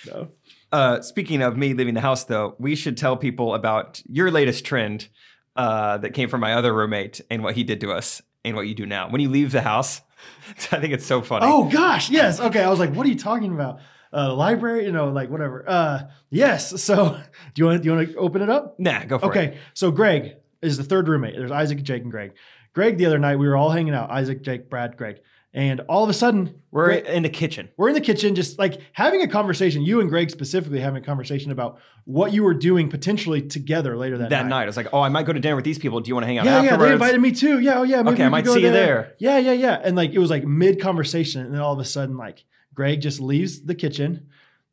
No.
Uh, speaking of me leaving the house, though, we should tell people about your latest trend uh, that came from my other roommate and what he did to us and what you do now. When you leave the house, <laughs> I think it's so funny.
Oh gosh, yes. Okay, I was like, what are you talking about? Uh, the library, you know, like whatever. Uh, yes. So, <laughs> do you want do you want to open it up?
Nah, go for it.
Okay, so Greg is the third roommate. There's Isaac, Jake, and Greg. Greg, the other night, we were all hanging out Isaac, Jake, Brad, Greg. And all of a sudden,
We're
Greg-
in the kitchen.
we're in the kitchen just like having a conversation, you and Greg specifically having a conversation about what you were doing potentially together later that,
That night, I was like, "Oh, I might go to dinner with these people. Do you want to hang out
Yeah,
afterwards?"
yeah, they invited me too. Yeah, oh yeah.
Okay, I
we could
might
go
see you there.
Yeah, yeah, yeah. And like it was like mid conversation, and then all of a sudden, like Greg just leaves the kitchen,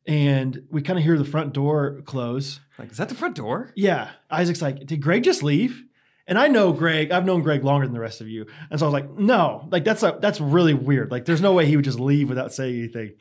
and we kind of hear the front door close.
like, is that the front door?
Yeah. Isaac's like, did Greg just leave? And I know Greg, I've known Greg longer than the rest of you. And so I was like, no, like that's a, that's really weird. Like there's no way he would just leave without saying anything.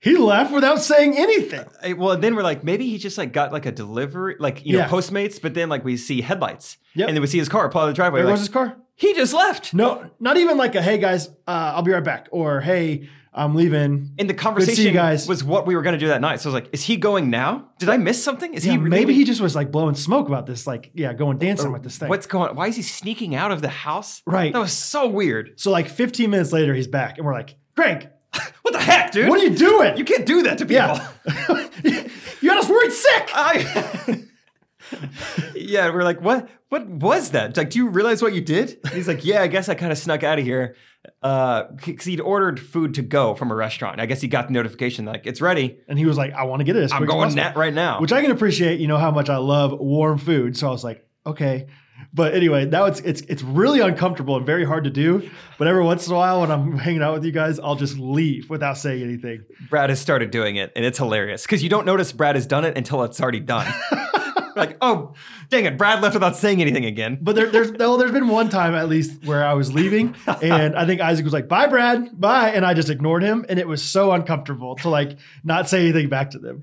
He left without saying anything.
Eh, Well, then we're like, maybe he just like got like a delivery, like you
Yeah.
know, Postmates. But then like we see headlights,
Yep.
and then we see his car pull out of the driveway.
There
Like,
was his car.
he just left.
No, not even like a hey guys, uh, I'll be right back or hey, I'm leaving.
And the conversation
guys.
was what we were going to do that night. So I was like, is he going now? Did I miss something? Is
Yeah, Oh,
he
maybe
leaving?
he just was like blowing smoke about this, like yeah, going dancing with this thing.
What's going on? Why is he sneaking out of the house?
Right.
That was so weird.
so like 15 minutes later, he's back, and we're like, Greg,
What the heck, dude?
what are you doing? <laughs>
You can't do that to people.
Uh, yeah, you got us worried sick.
I, <laughs> yeah, we're like, what? What was that? Like, do you realize what you did? And he's like, yeah, I guess I kind of snuck out of here because he'd ordered food to go from a restaurant. I guess he got the notification like it's ready.
And he was like, I want to get it. as
I'm
quick as
going
possible."
net right now.
which I can appreciate. You know how much I love warm food, so I was like, okay. But anyway, now it's it's it's really uncomfortable and very hard to do. But every once in a while, when I'm hanging out with you guys, I'll just leave without saying anything.
Brad has started doing it, and it's hilarious because you don't notice Brad has done it until it's already
<laughs>
done. like, oh, dang it, Brad left without saying anything again.
But there, there's no, there's been one time at least where I was leaving, and I think Isaac was like, "Bye, Brad, bye," and I just ignored him, and it was so uncomfortable to like not say anything back to them.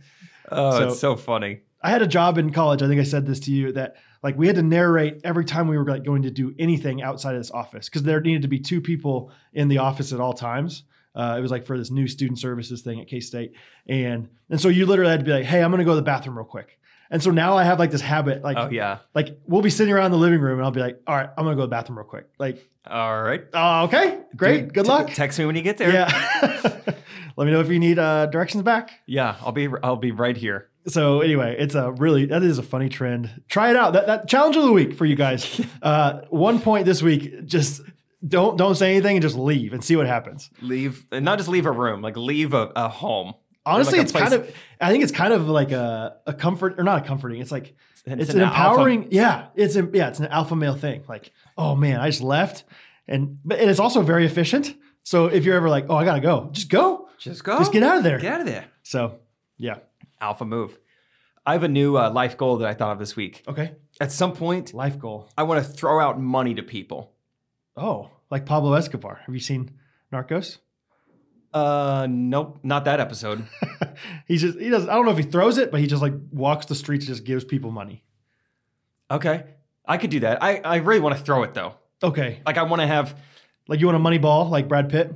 Oh,
So-
it's so funny.
I had a job in college. I think I said this to you that like we had to narrate every time we were like going to do anything outside of this office because there needed to be two people in the office at all times. Uh, it was like for this new student services thing at K State, and and so you literally had to be like, hey, I'm gonna go to the bathroom real quick. And so now I have like this habit, like
Oh yeah.
like we'll be sitting around the living room, and I'll be like, all right, I'm gonna go to the bathroom real quick. Like,
All right.
oh, okay, great,
Dude,
good
t-
luck.
Text me when you get there. <laughs>
yeah, <laughs> let me know if you need uh, directions back.
Yeah, I'll be I'll be right here.
So anyway, it's a really that is a funny trend. Try it out. That that challenge of the week for you guys. Uh, one point this week. Just don't don't say anything and just leave and see what happens.
Leave and not just leave a room, like leave a, a home. Or
Honestly,
like a
it's
place-
kind of I think it's kind of like a a comfort or not a comforting. It's like it's, an,
alpha-
empowering. Yeah, it's a, yeah it's an alpha male thing. Like oh man, I just left, and but and it's also very efficient. So if you're ever like oh I gotta go, just go,
Just go.
just get out of there.
Get out of there.
So yeah,
Alpha move. I have a new uh, life goal that I thought of this week.
okay,
At some point,
life goal.
I want to throw out money to people.
Oh, like Pablo Escobar. Have you seen Narcos?
Uh, nope, not that episode.
He's just <laughs> he does I don't know if he throws it, but he just like walks the streets and just gives people money.
okay, I could do that. I I really want to throw it though.
Okay.
Like I want to have
Like you want a money ball like Brad Pitt?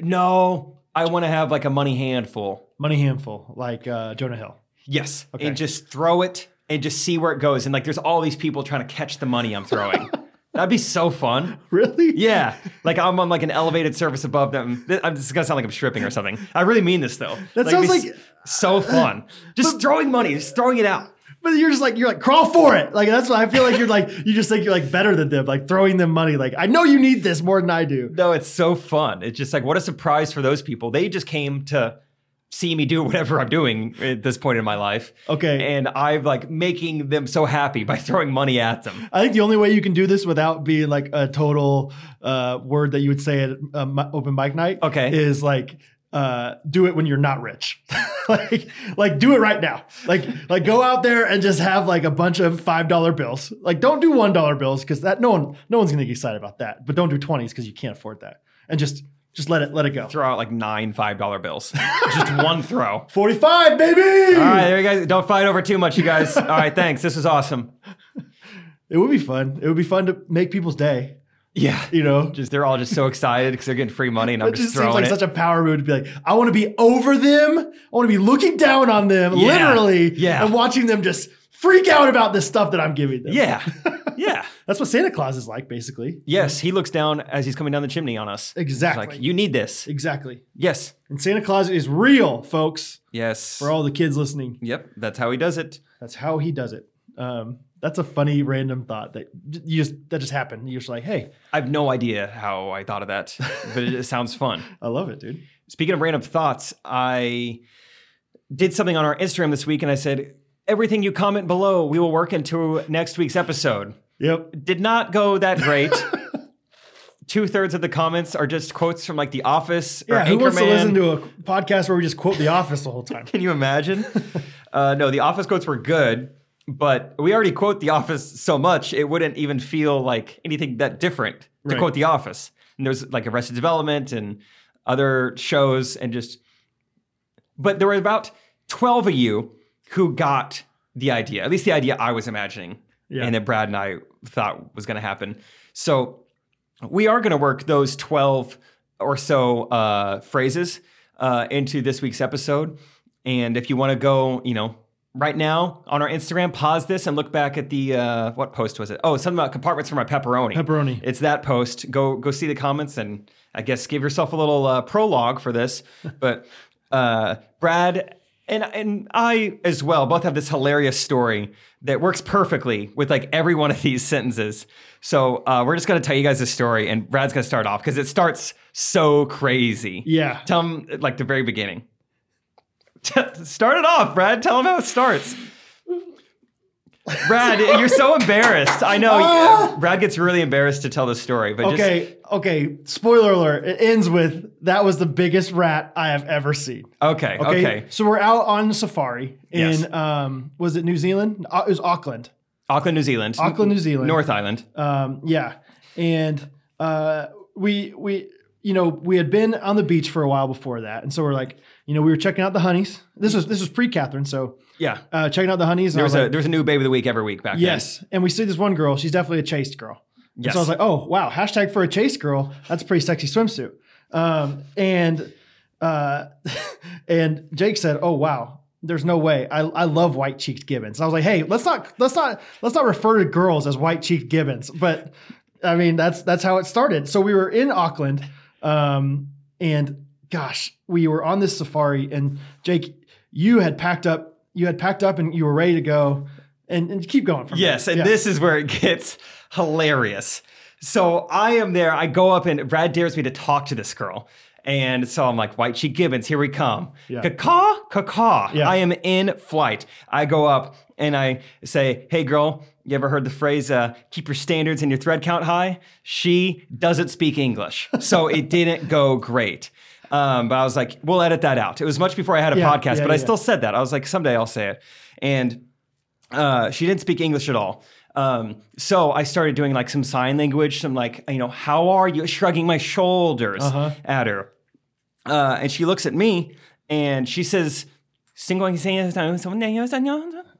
no. I want to have like a money handful.
Money handful, like uh, Jonah Hill.
Yes,
Okay.
and just throw it and just see where it goes. And like, there's all these people trying to catch the money I'm
<laughs>
throwing. That'd be so fun.
Really? Yeah.
Yeah, like I'm on like an elevated surface above them. Th- I'm just gonna sound like I'm stripping or something. I really mean this though.
That
it'd
sounds
be
like-
s- so fun. Just throwing money, just throwing it out.
But you're just like you're like crawl for it. Like that's why I feel like you're like you just think you're like better than them, like throwing them money. Like I know you need this more than I do.
No, it's so fun. It's just like what a surprise for those people. They just came to see me do whatever I'm doing at this point in my life.
Okay.
And I'm like making them so happy by <laughs> throwing money at them.
I think the only way you can do this without being like a total uh, word that you would say at a mi- open mic night,
Okay.
is like uh, do it when you're not rich, <laughs> like like do it right now, like like go out there and just have like a bunch of five dollar bills. Like don't do one dollar bills because that no one no one's gonna get excited about that. But don't do twenties because you can't afford that, and just just let it let it go.
Throw out like nine five dollar bills. <laughs> just one throw.
Forty five, baby.
All right, there you guys. Don't fight over too much, you guys. All right, thanks. This was awesome.
It would be fun. It would be fun to make people's day.
Yeah.
You know,
Just they're all just so excited because they're getting free money and I'm
It
just,
just seems
throwing
like
it.
such a power move to be like, I want to be over them. I want to be looking down on them,
Yeah.
literally,
Yeah.
and watching them just freak out about this stuff that I'm giving them.
yeah. <laughs> Yeah.
That's what Santa Claus is like, basically.
Yes, he looks down as he's coming down the chimney on us. He's
Exactly.
like, you need this.
exactly.
Yes.
And Santa Claus is real, folks,
Yes.
for all the kids listening.
Yep, that's how he does it.
That's how he does it. Um, that's a funny random thought that j- you just that just happened. You're just like, hey,
I have no idea how I thought of that, but it sounds fun.
I love it, dude.
Speaking of random thoughts, I did something on our Instagram this week and I said, everything you comment below, we will work into next week's episode.
Yep.
Did not go that
<laughs>
great. Two thirds of the comments are just quotes from like The Office or
Yeah. Who wants to
Anchorman.
listen to a podcast where we just quote The Office the whole
<laughs>
time?
Can you imagine? uh, no, the office quotes were good, but we already quote the office so much it wouldn't even feel like anything that different to
Right.
quote the office. And there's like Arrested Development and other shows and just but there were about 12 of you who got the idea, at least the idea I was imagining
Yeah.
and that Brad and I thought was going to happen. So we are going to work those 12 or so uh, phrases uh, into this week's episode. And if you want to go, you know, right now on our Instagram, pause this and look back at the, uh, what post was it? Oh, something about compartments for my pepperoni.
Pepperoni.
It's that post. Go, go see the comments and I guess give yourself a little uh, prologue for this. But uh, Brad and and I as well both have this hilarious story that works perfectly with like every one of these sentences. So uh, we're just gonna tell you guys a story, and Brad's gonna start off because it starts so crazy.
Yeah.
Tell him like the very beginning. <laughs> start it off, Brad. Tell him how it starts.
<laughs>
Brad, you're so embarrassed. I know. uh,
Ah!
Brad gets really embarrassed to tell the story, but just
Okay, okay. Spoiler alert. It ends with that was the biggest rat I have ever seen.
Okay, okay.
So we're out on safari in
Yes.
um was it New Zealand? Uh, It was Auckland.
Auckland, New Zealand.
Auckland, New Zealand.
North Island.
Um, yeah, and uh, we we you know we had been on the beach for a while before that, and so we're like, you know, we were checking out the honeys. This was this was pre Catherine, so
Yeah.
uh, checking out the honeys. And
There
I
was
was
a
like,
there was a new babe of the week every week back then.
yes, and we see this one girl. She's definitely a chased girl. And
Yes.
So I was like, oh wow, hashtag for a chase girl. That's a pretty sexy swimsuit. Um, and uh, <laughs> and Jake said, oh wow. There's no way. I, I love white cheeked gibbons. I was like, hey, let's not let's not let's not refer to girls as white cheeked gibbons. But I mean, that's that's how it started. So we were in Auckland, um, and gosh, we were on this safari, and Jake, you had packed up, you had packed up, and you were ready to go, and, and keep going. From there.
Yes, and
Yeah.
this is where it gets hilarious. So I am there. I go up and Brad dares me to talk to this girl. And so I'm like, White Sheet Gibbons, here we come.
Yeah.
Caw, caw.
Yeah.
I am in flight. I go up and I say, Hey, girl, you ever heard the phrase, uh, keep your standards and your thread count high? She doesn't speak English. So
<laughs>
it didn't go great. Um, but I was like, We'll edit that out. It was much before I had a
Yeah,
podcast,
yeah,
but I
yeah.
still said that. I was like, Someday I'll say it. And uh, she didn't speak English at all. Um, so I started doing like some sign language, some like, you know, how are you? Shrugging my shoulders
Uh-huh.
at her. Uh, and she looks at me and she says, "Single-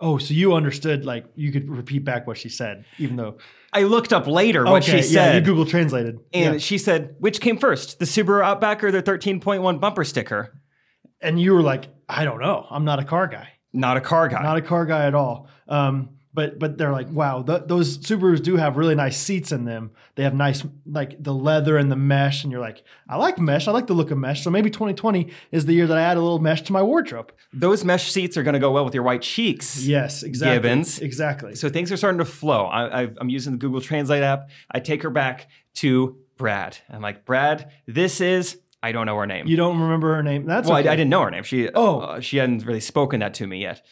Oh, so you understood? Like you could repeat back what she said, even though
I looked up later what she
yeah, you
said.
Google translated.
and
Yeah.
she said, which came first, the Subaru Outback or the 13.1 bumper sticker?
and you were like, I don't know, I'm not a car guy,
Not a car guy.
not a car guy at all. Um, but but they're like, wow, th- those Subarus do have really nice seats in them. They have nice like the leather and the mesh, and you're like, I like mesh, I like the look of mesh. So maybe 2020 is the year that I add a little mesh to my wardrobe.
Those mesh seats are going to go well with your white cheeks.
Yes, exactly,
Gibbons.
exactly.
So things are starting to flow. I, I, I'm using the Google Translate app. I take her back to Brad. I'm like, Brad, this is I don't know her name.
you don't remember her name? That's
well,
okay.
I, I didn't know her name. She
Oh.
uh, she hadn't really spoken that to me yet.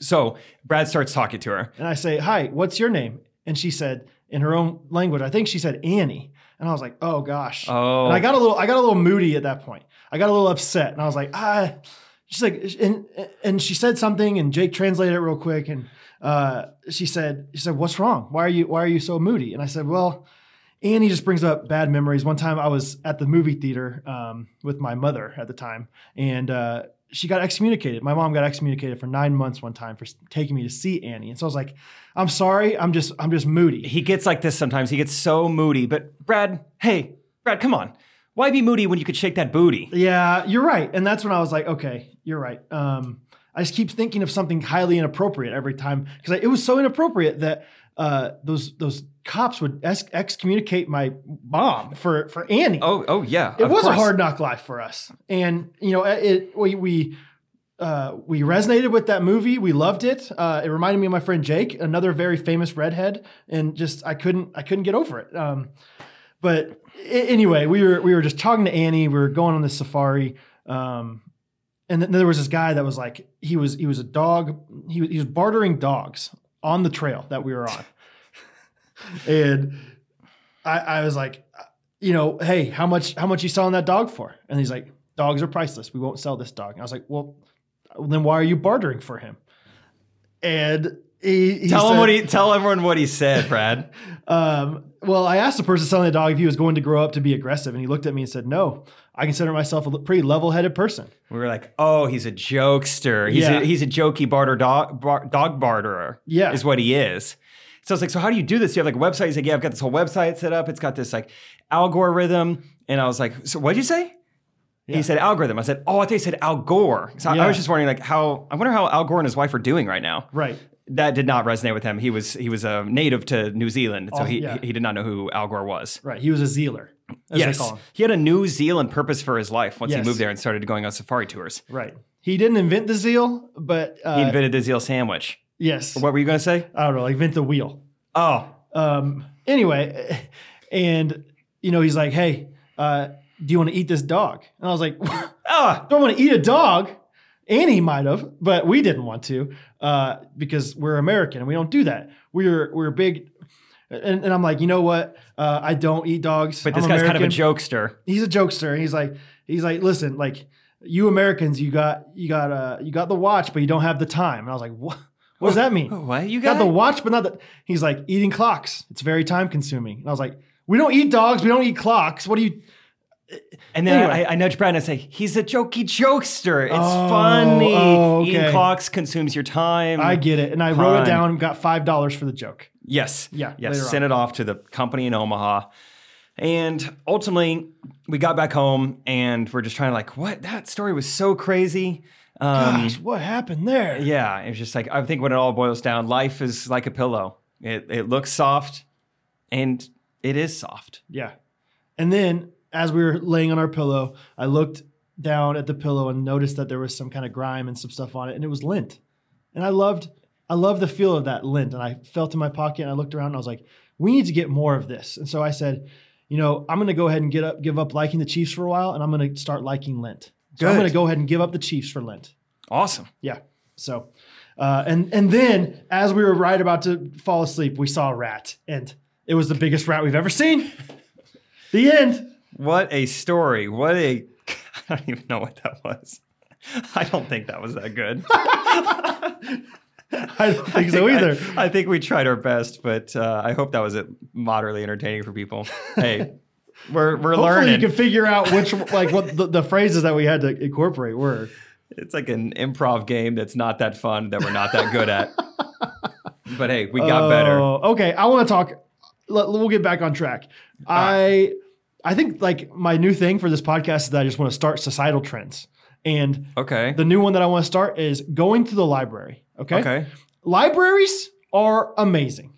So Brad starts talking to her.
And I say, Hi, what's your name? And she said, in her own language, I think she said Annie. And I was like, Oh gosh.
Oh.
And I got a little I got a little moody at that point. I got a little upset. And I was like, ah she's like and and she said something and Jake translated it real quick and uh, she said, she said, What's wrong? Why are you why are you so moody? And I said, Well, and he just brings up bad memories. One time I was at the movie theater um, with my mother at the time, and uh, she got excommunicated. My mom got excommunicated for nine months one time for s- taking me to see Annie. And so I was like, "I'm sorry, I'm just, I'm just moody."
He gets like this sometimes. He gets so moody. But Brad, hey, Brad, come on. Why be moody when you could shake that booty?
Yeah, you're right. And that's when I was like, "Okay, you're right." Um, I just keep thinking of something highly inappropriate every time because it was so inappropriate that uh, those those cops would ex- excommunicate my mom for for Annie.
Oh, oh yeah.
it
of
was a
course.
hard knock life for us and you know it we we uh, we resonated with that movie. We loved it. Uh, it reminded me of my friend Jake, another very famous redhead, and just I couldn't I couldn't get over it. Um, but a- anyway, we were we were just talking to Annie. We were going on this safari, um, and then there was this guy that was like he was he was a dog. He was, he was bartering dogs on the trail that we were on, and I, I was like, you know, hey, how much how much you selling that dog for? And he's like, dogs are priceless. We won't sell this dog. And I was like, well, then why are you bartering for him? And he, he
Tell him
said-
what he tell everyone what he said, Brad.
um, well, I asked the person selling the dog if he was going to grow up to be aggressive, and he looked at me and said, "No, I consider myself a pretty level-headed person."
we were like, oh, he's a jokester. He's
Yeah.
a, he's a jokey barter dog bar, dog barterer.
Yeah.
is what he is. So I was like, so how do you do this? You have like a website. He's like, yeah, I've got this whole website set up. It's got this like algorithm. And I was like, so what'd you say?
Yeah.
He said algorithm. I said, oh, I thought you said Al Gore. So I- I
Yeah.
was just wondering, like, how I wonder how Al Gore and his wife are doing right now.
Right.
That did not resonate with him. He was he was a native to New Zealand, so
Oh,
he,
yeah.
he he did not know who Al Gore was.
Right. He was a zealer. As They
Yes,
call him.
he had a New Zealand purpose for his life once he
Yes.
moved there and started going on safari tours.
Right. He didn't invent the zeal, but uh,
He invented the Zeal sandwich.
yes,
What were you going to say?
I don't know, like invent the wheel.
Oh,
Um, anyway, and you know, he's like, "Hey, uh, do you want to eat this dog?" And I was like, <laughs>
oh,
don't want to eat a dog. Annie might have, but we didn't want to uh, because we're American and we don't do that. We're we're big. And, and I'm like, you know what? Uh, I don't eat dogs.
but
I'm
this guy's kind of a
American."
jokester.
He's a jokester. He's like, he's like, listen, like you Americans, you got you got uh you got the watch, but you don't have the time. And I was like, what? <laughs> What does that mean?
Oh, what? You
You got
got
the watch, but not the. He's like eating clocks. It's very time consuming. And I was like, we don't eat dogs. We don't eat clocks. What do you?
And then
Anyway.
I, I nudge Brad and I say, he's a jokey jokester. It's
Oh,
funny.
oh, okay.
Eating clocks consumes your time.
I get it. And I wrote it
Fine.
down. and Got five dollars for the joke.
yes.
Yeah, later
Yes. Sent it off to the company in Omaha. And ultimately, we got back home and we're just trying to like, what? That story was so crazy. Um,
Gosh, what happened there?
yeah. It was just like, I think when it all boils down, life is like a pillow. It, it looks soft and it is soft.
Yeah. And then as we were laying on our pillow, I looked down at the pillow and noticed that there was some kind of grime and some stuff on it, and it was lint. And I loved, I loved the feel of that lint. And I felt in my pocket and I looked around and I was like, we need to get more of this. And so I said, you know, I'm gonna go ahead and get up, give up liking the Chiefs for a while, and I'm gonna start liking lint. So I'm
Good.
gonna go ahead and give up the Chiefs for lint.
Awesome.
Yeah. So, uh, and and then as we were right about to fall asleep, we saw a rat, and it was the biggest rat we've ever seen. The end. <laughs>
What a story. What a. <laughs> I don't even know what that was. <laughs> I don't think that was that
<laughs>
good.
I don't think so
I-
either.
I, think we tried our best, but uh, I hope that was uh, moderately entertaining for people.
<laughs>
Hey, we're we're
Hopefully, you
learning.
can figure out which like what the, the phrases that we had to incorporate were.
It's like an improv game that's not that fun that we're not that good
<laughs>
at. but hey, we got better.
Oh, Okay, I want to talk. Let, we'll get back on track. I I think like my new thing for this podcast is that I just want to start societal trends, and
Okay.
the new one that I want to start is going to the library. Okay.
okay.
libraries are amazing.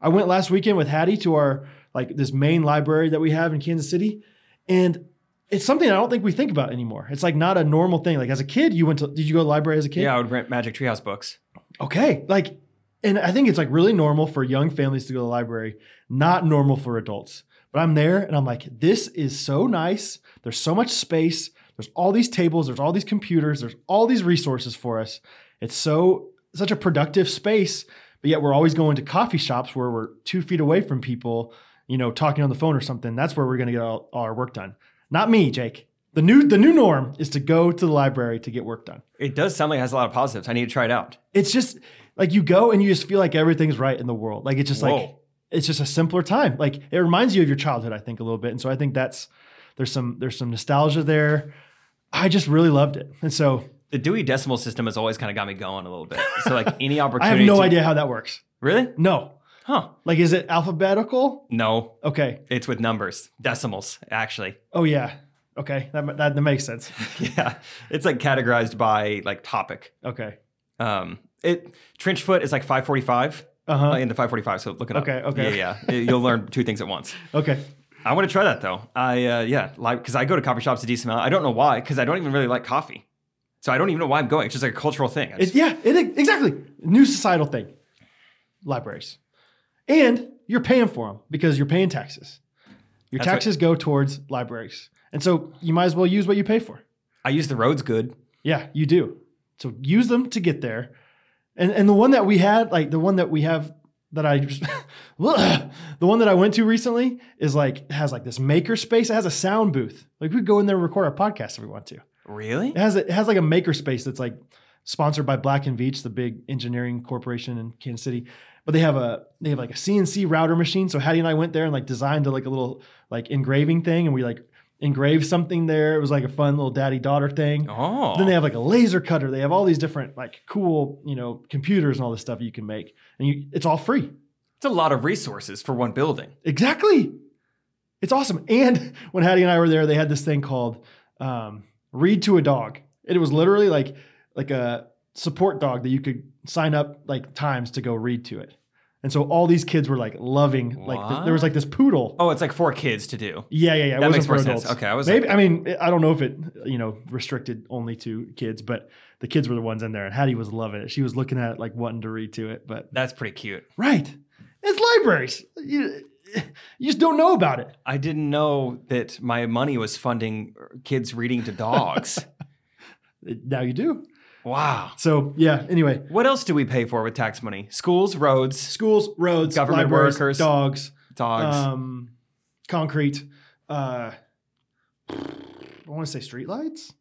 I went last weekend with Hattie to our like this main library that we have in Kansas City, and it's something I don't think we think about anymore. It's like not a normal thing. Like as a kid, you went to did you go to the library as a kid?
Yeah, I would rent Magic Treehouse books.
Okay. Like, and I think it's like really normal for young families to go to the library, not normal for adults. But I'm there and I'm like, this is so nice. There's so much space. There's all these tables. There's all these computers. There's all these resources for us. It's so such a productive space. But yet we're always going to coffee shops where we're two feet away from people, you know, talking on the phone or something. That's where we're gonna get all, all our work done. Not me, Jake. The new the new norm is to go to the library to get work done
It does sound like it has a lot of positives. I need to try it out.
it's just like you go and you just feel like everything's right in the world. Like it's just like
Whoa.
it's just a simpler time. Like it reminds you of your childhood, I think, a little bit. And so I think that's there's some there's some nostalgia there. I just really loved it. And so
The Dewey Decimal System has always kind of got me going a little bit. So like any
<laughs> I
opportunity.
have no
to-
idea how that works.
Really?
No.
Huh?
Like is it alphabetical?
No.
Okay.
It's with numbers, decimals, actually. <laughs>
Oh yeah. Okay. That that, that makes sense.
yeah, it's like categorized by like topic.
Okay.
Um, it trench foot is like 545 uh,
Uh-huh.
in the 545. So look it
Okay,
up.
okay.
Yeah, yeah. You'll learn two things at once.
Okay.
I want to try that though. I uh, yeah, like because I go to coffee shops a decent amount. I don't know why because I don't even really like coffee, so I don't even know why I'm going. It's just like a cultural thing. I
It,
just-
yeah, it exactly. New societal thing. Libraries. And you're paying for them because you're paying taxes. Your
That's what-
taxes go towards libraries. And so you might as well use what you pay for.
I use the roads good.
Yeah, you do. So use them to get there. And and the one that we had, like the one that we have that I just <laughs> the one that I went to recently is like has like this maker space. It has a sound booth. Like we could go in there and record our podcast if we want to.
Really?
It has it has like a maker space that's like sponsored by Black and Veatch, the big engineering corporation in Kansas City. But they have a they have like a CNC router machine. So Hattie and I went there and like designed a, like a little like engraving thing, and we like engraved something there. It was like a fun little daddy daughter thing.
Oh,
Then they have like a laser cutter. They have all these different like cool you know computers and all this stuff you can make, and you it's all free.
it's a lot of resources for one building.
Exactly. It's awesome. And <laughs> when Hattie and I were there, they had this thing called um, "Read to a Dog." And it was literally like like a support dog that you could sign up like times to go read to it. And so all these kids were like loving like th- there was like this poodle.
Oh, it's like for kids to do.
Yeah, yeah, yeah. It
That
wasn't
makes
for
more
adults.
sense. Okay, I was
maybe. I mean, I don't know if it you know restricted only to kids, but the kids were the ones in there, and Hattie was loving it. She was looking at it like wanting to read to it, but
That's pretty cute.
right, it's libraries. You, you just don't know about it.
I didn't know that my money was funding uh, kids reading to
<laughs>
dogs.
Now you do.
wow.
So yeah. Anyway,
What else do we pay for with tax money? Schools, roads,
schools, roads,
Government
libraries,
workers.
dogs,
dogs.
um, concrete. Uh, I want to say streetlights.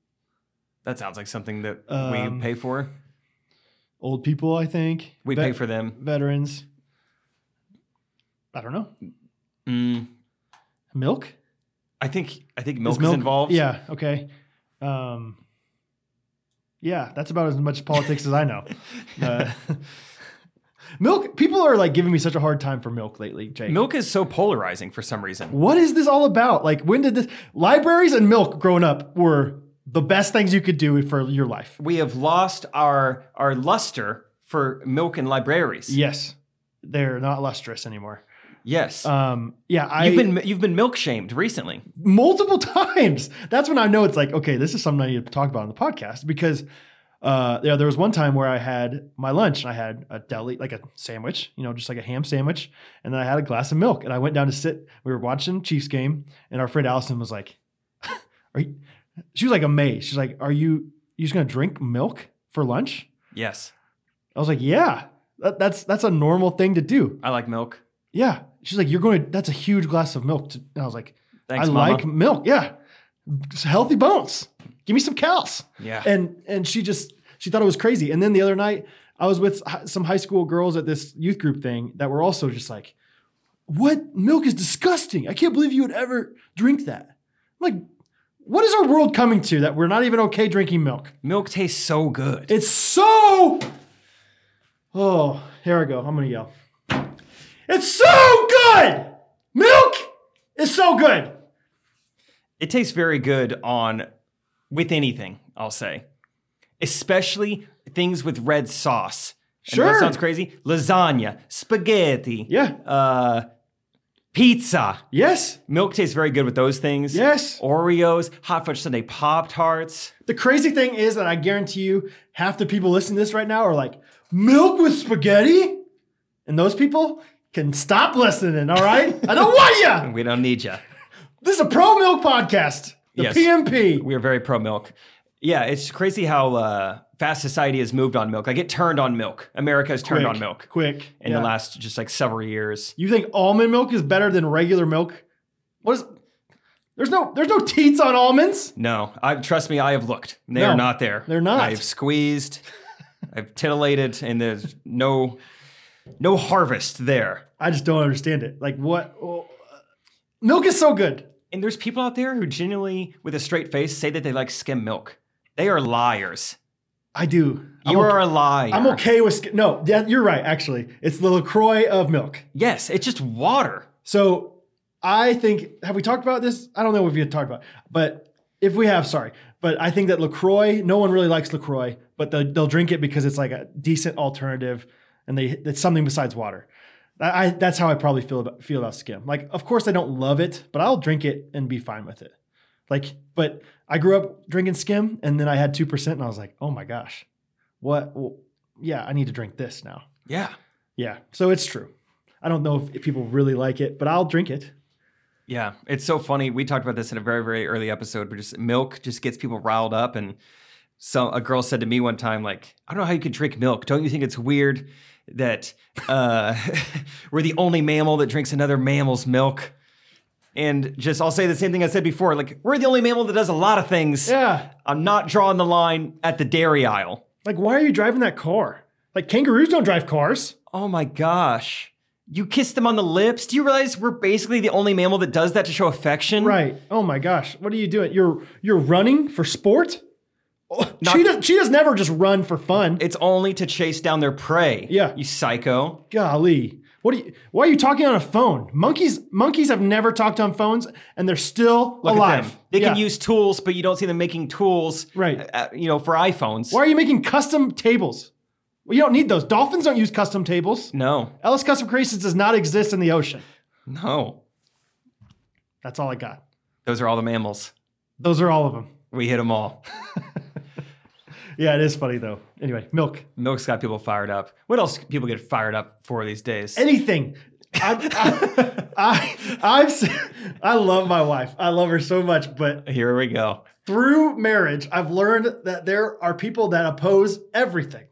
that sounds like something that
um,
we pay for.
Old people, I think.
We
Ve-
pay for them.
veterans. I don't know.
Mm,
Milk.
I think I think
Is
milk is, involved.
Yeah. Okay. Um, yeah, that's about as much politics as
<laughs>
I know. Uh, <laughs> milk. People are like giving me such a hard time for milk lately, Jake.
Milk is so polarizing for some reason.
What is this all about? Like, when did this? Libraries and milk growing up were the best things you could do for your life.
We have lost our our luster for milk and libraries.
Yes, they're not lustrous anymore.
Yes.
Um, yeah, I
you've been you've been milk shamed recently.
multiple <laughs> times. That's when I know it's like, okay, this is something I need to talk about on the podcast because uh, yeah, there was one time where I had my lunch and I had a deli, like a sandwich, you know, just like a ham sandwich, and then I had a glass of milk and I went down to sit. We were watching Chiefs game, and our friend Allison was like, <laughs> "Are you?" She was like amazed. She's like, "Are you? You just gonna drink milk for lunch?"
Yes.
I was like, "Yeah." That, that's that's a normal thing to do.
I like milk.
Yeah. She's like, you're going to, that's a huge glass of milk. To, and I was like,
Thanks,
I
Mama.
like milk. Yeah. Just healthy bones. Give me some cows.
Yeah.
And and she just she thought it was crazy. And then the other night I was with hi- some high school girls at this youth group thing that were also just like, "What milk is disgusting. I can't believe you would ever drink that." I'm like, what is our world coming to that we're not even okay drinking milk?
milk tastes so good.
It's so Oh, here I go. I'm going to yell. It's so good. Milk is so good.
it tastes very good on with anything, I'll say. Especially things with red sauce. And
Sure.
That sounds crazy. Lasagna, spaghetti,
Yeah.
uh, pizza.
Yes.
Milk tastes very good with those things.
Yes.
Oreos, hot fudge sundae, Pop Tarts.
The crazy thing is that I guarantee you half the people listening to this right now are like, milk with spaghetti? And those people can stop listening,
<laughs>
all right? I don't want ya.
We don't need you.
This is a pro milk podcast, the
Yes.
PMP.
We are very pro milk. Yeah, it's crazy how uh, fast society has moved on milk. Like it turned on milk. America has turned on milk
Quick.
in
Yeah.
the last just like several years.
You think almond milk is better than regular milk? What is There's no there's no teats on almonds.
No, I trust me. I have looked. They
No,
are not there.
they're not.
I've squeezed. I've titillated, and there's no, no harvest there.
I just don't understand it. Like what oh, uh, milk is so good.
And there's people out there who genuinely, with a straight face, say that they like skim milk. They are liars.
I do. I'm
You
okay-
are a liar.
I'm okay with sk- no. Yeah, you're right. Actually, it's the Lacroix of milk.
Yes, it's just water.
So I think have we talked about this? I don't know if we had talked about, it, but if we have, sorry. But I think that Lacroix. No one really likes Lacroix, but they'll, they'll drink it because it's like a decent alternative, and they it's something besides water. I, I that's how I probably feel about feel about skim. Like, of course, I don't love it, but I'll drink it and be fine with it. Like, but I grew up drinking skim, and then I had two percent, and I was like, oh my gosh, what? Well, yeah, I need to drink this now.
Yeah.
Yeah, so it's true. I don't know if people really like it, but I'll drink it.
Yeah, it's so funny. We talked about this in a very, very early episode, but just milk just gets people riled up. And so a girl said to me one time, like, I don't know how you can drink milk. Don't you think it's weird that uh, <laughs> we're the only mammal that drinks another mammal's milk? And just I'll say the same thing I said before, like, we're the only mammal that does a lot of things.
Yeah.
I'm not drawing the line at the dairy aisle.
Like, why are you driving that car? Like, kangaroos don't drive cars.
Oh my gosh. You kiss them on the lips. Do you realize we're basically the only mammal that does that to show affection?
Right. Oh my gosh, what are you doing? You're you're running for sport. <laughs> Oh,
Not-
cheetahs, cheetahs never just run for fun.
It's only to chase down their prey.
Yeah.
You psycho.
Golly, what are you? Why are you talking on a phone? Monkeys monkeys have never talked on phones, and they're still
Look at
alive.
them. They can
Yeah.
use tools, but you don't see them making tools,
Right.
uh, you know, for iPhones.
Why are you making custom tables? Well, you don't need those. Dolphins don't use custom tables.
No,
Ellis Custom Creations does not exist in the ocean.
no.
That's all I got.
Those are all the mammals.
Those are all of them.
We hit them all.
Yeah, it is funny though. Anyway, milk.
Milk's got people fired up. What else can people get fired up for these days?
anything. <laughs> I, I, I, I've, se- I love my wife. I love her so much, but
Here we go.
through marriage, I've learned that there are people that oppose everything.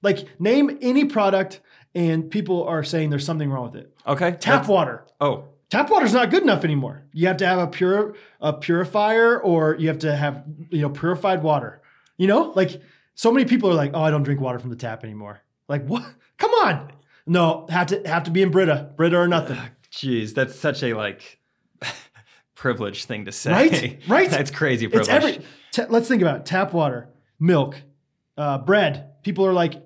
Like name any product, and people are saying there's something wrong with it.
Okay.
Tap
that's-
water.
Oh,
Tap water's not good enough anymore. You have to have a pure a purifier, or you have to have you know purified water. You know, like so many people are like, oh, I don't drink water from the tap anymore. Like what? <laughs> Come on. No, have to have to be in Brita, Brita or nothing.
jeez. That's such a like <laughs> privileged thing to say.
Right?
<laughs>
Right?
That's crazy privilege.
It's every. ta- let's think about it. tap water, milk, uh, bread. People are like,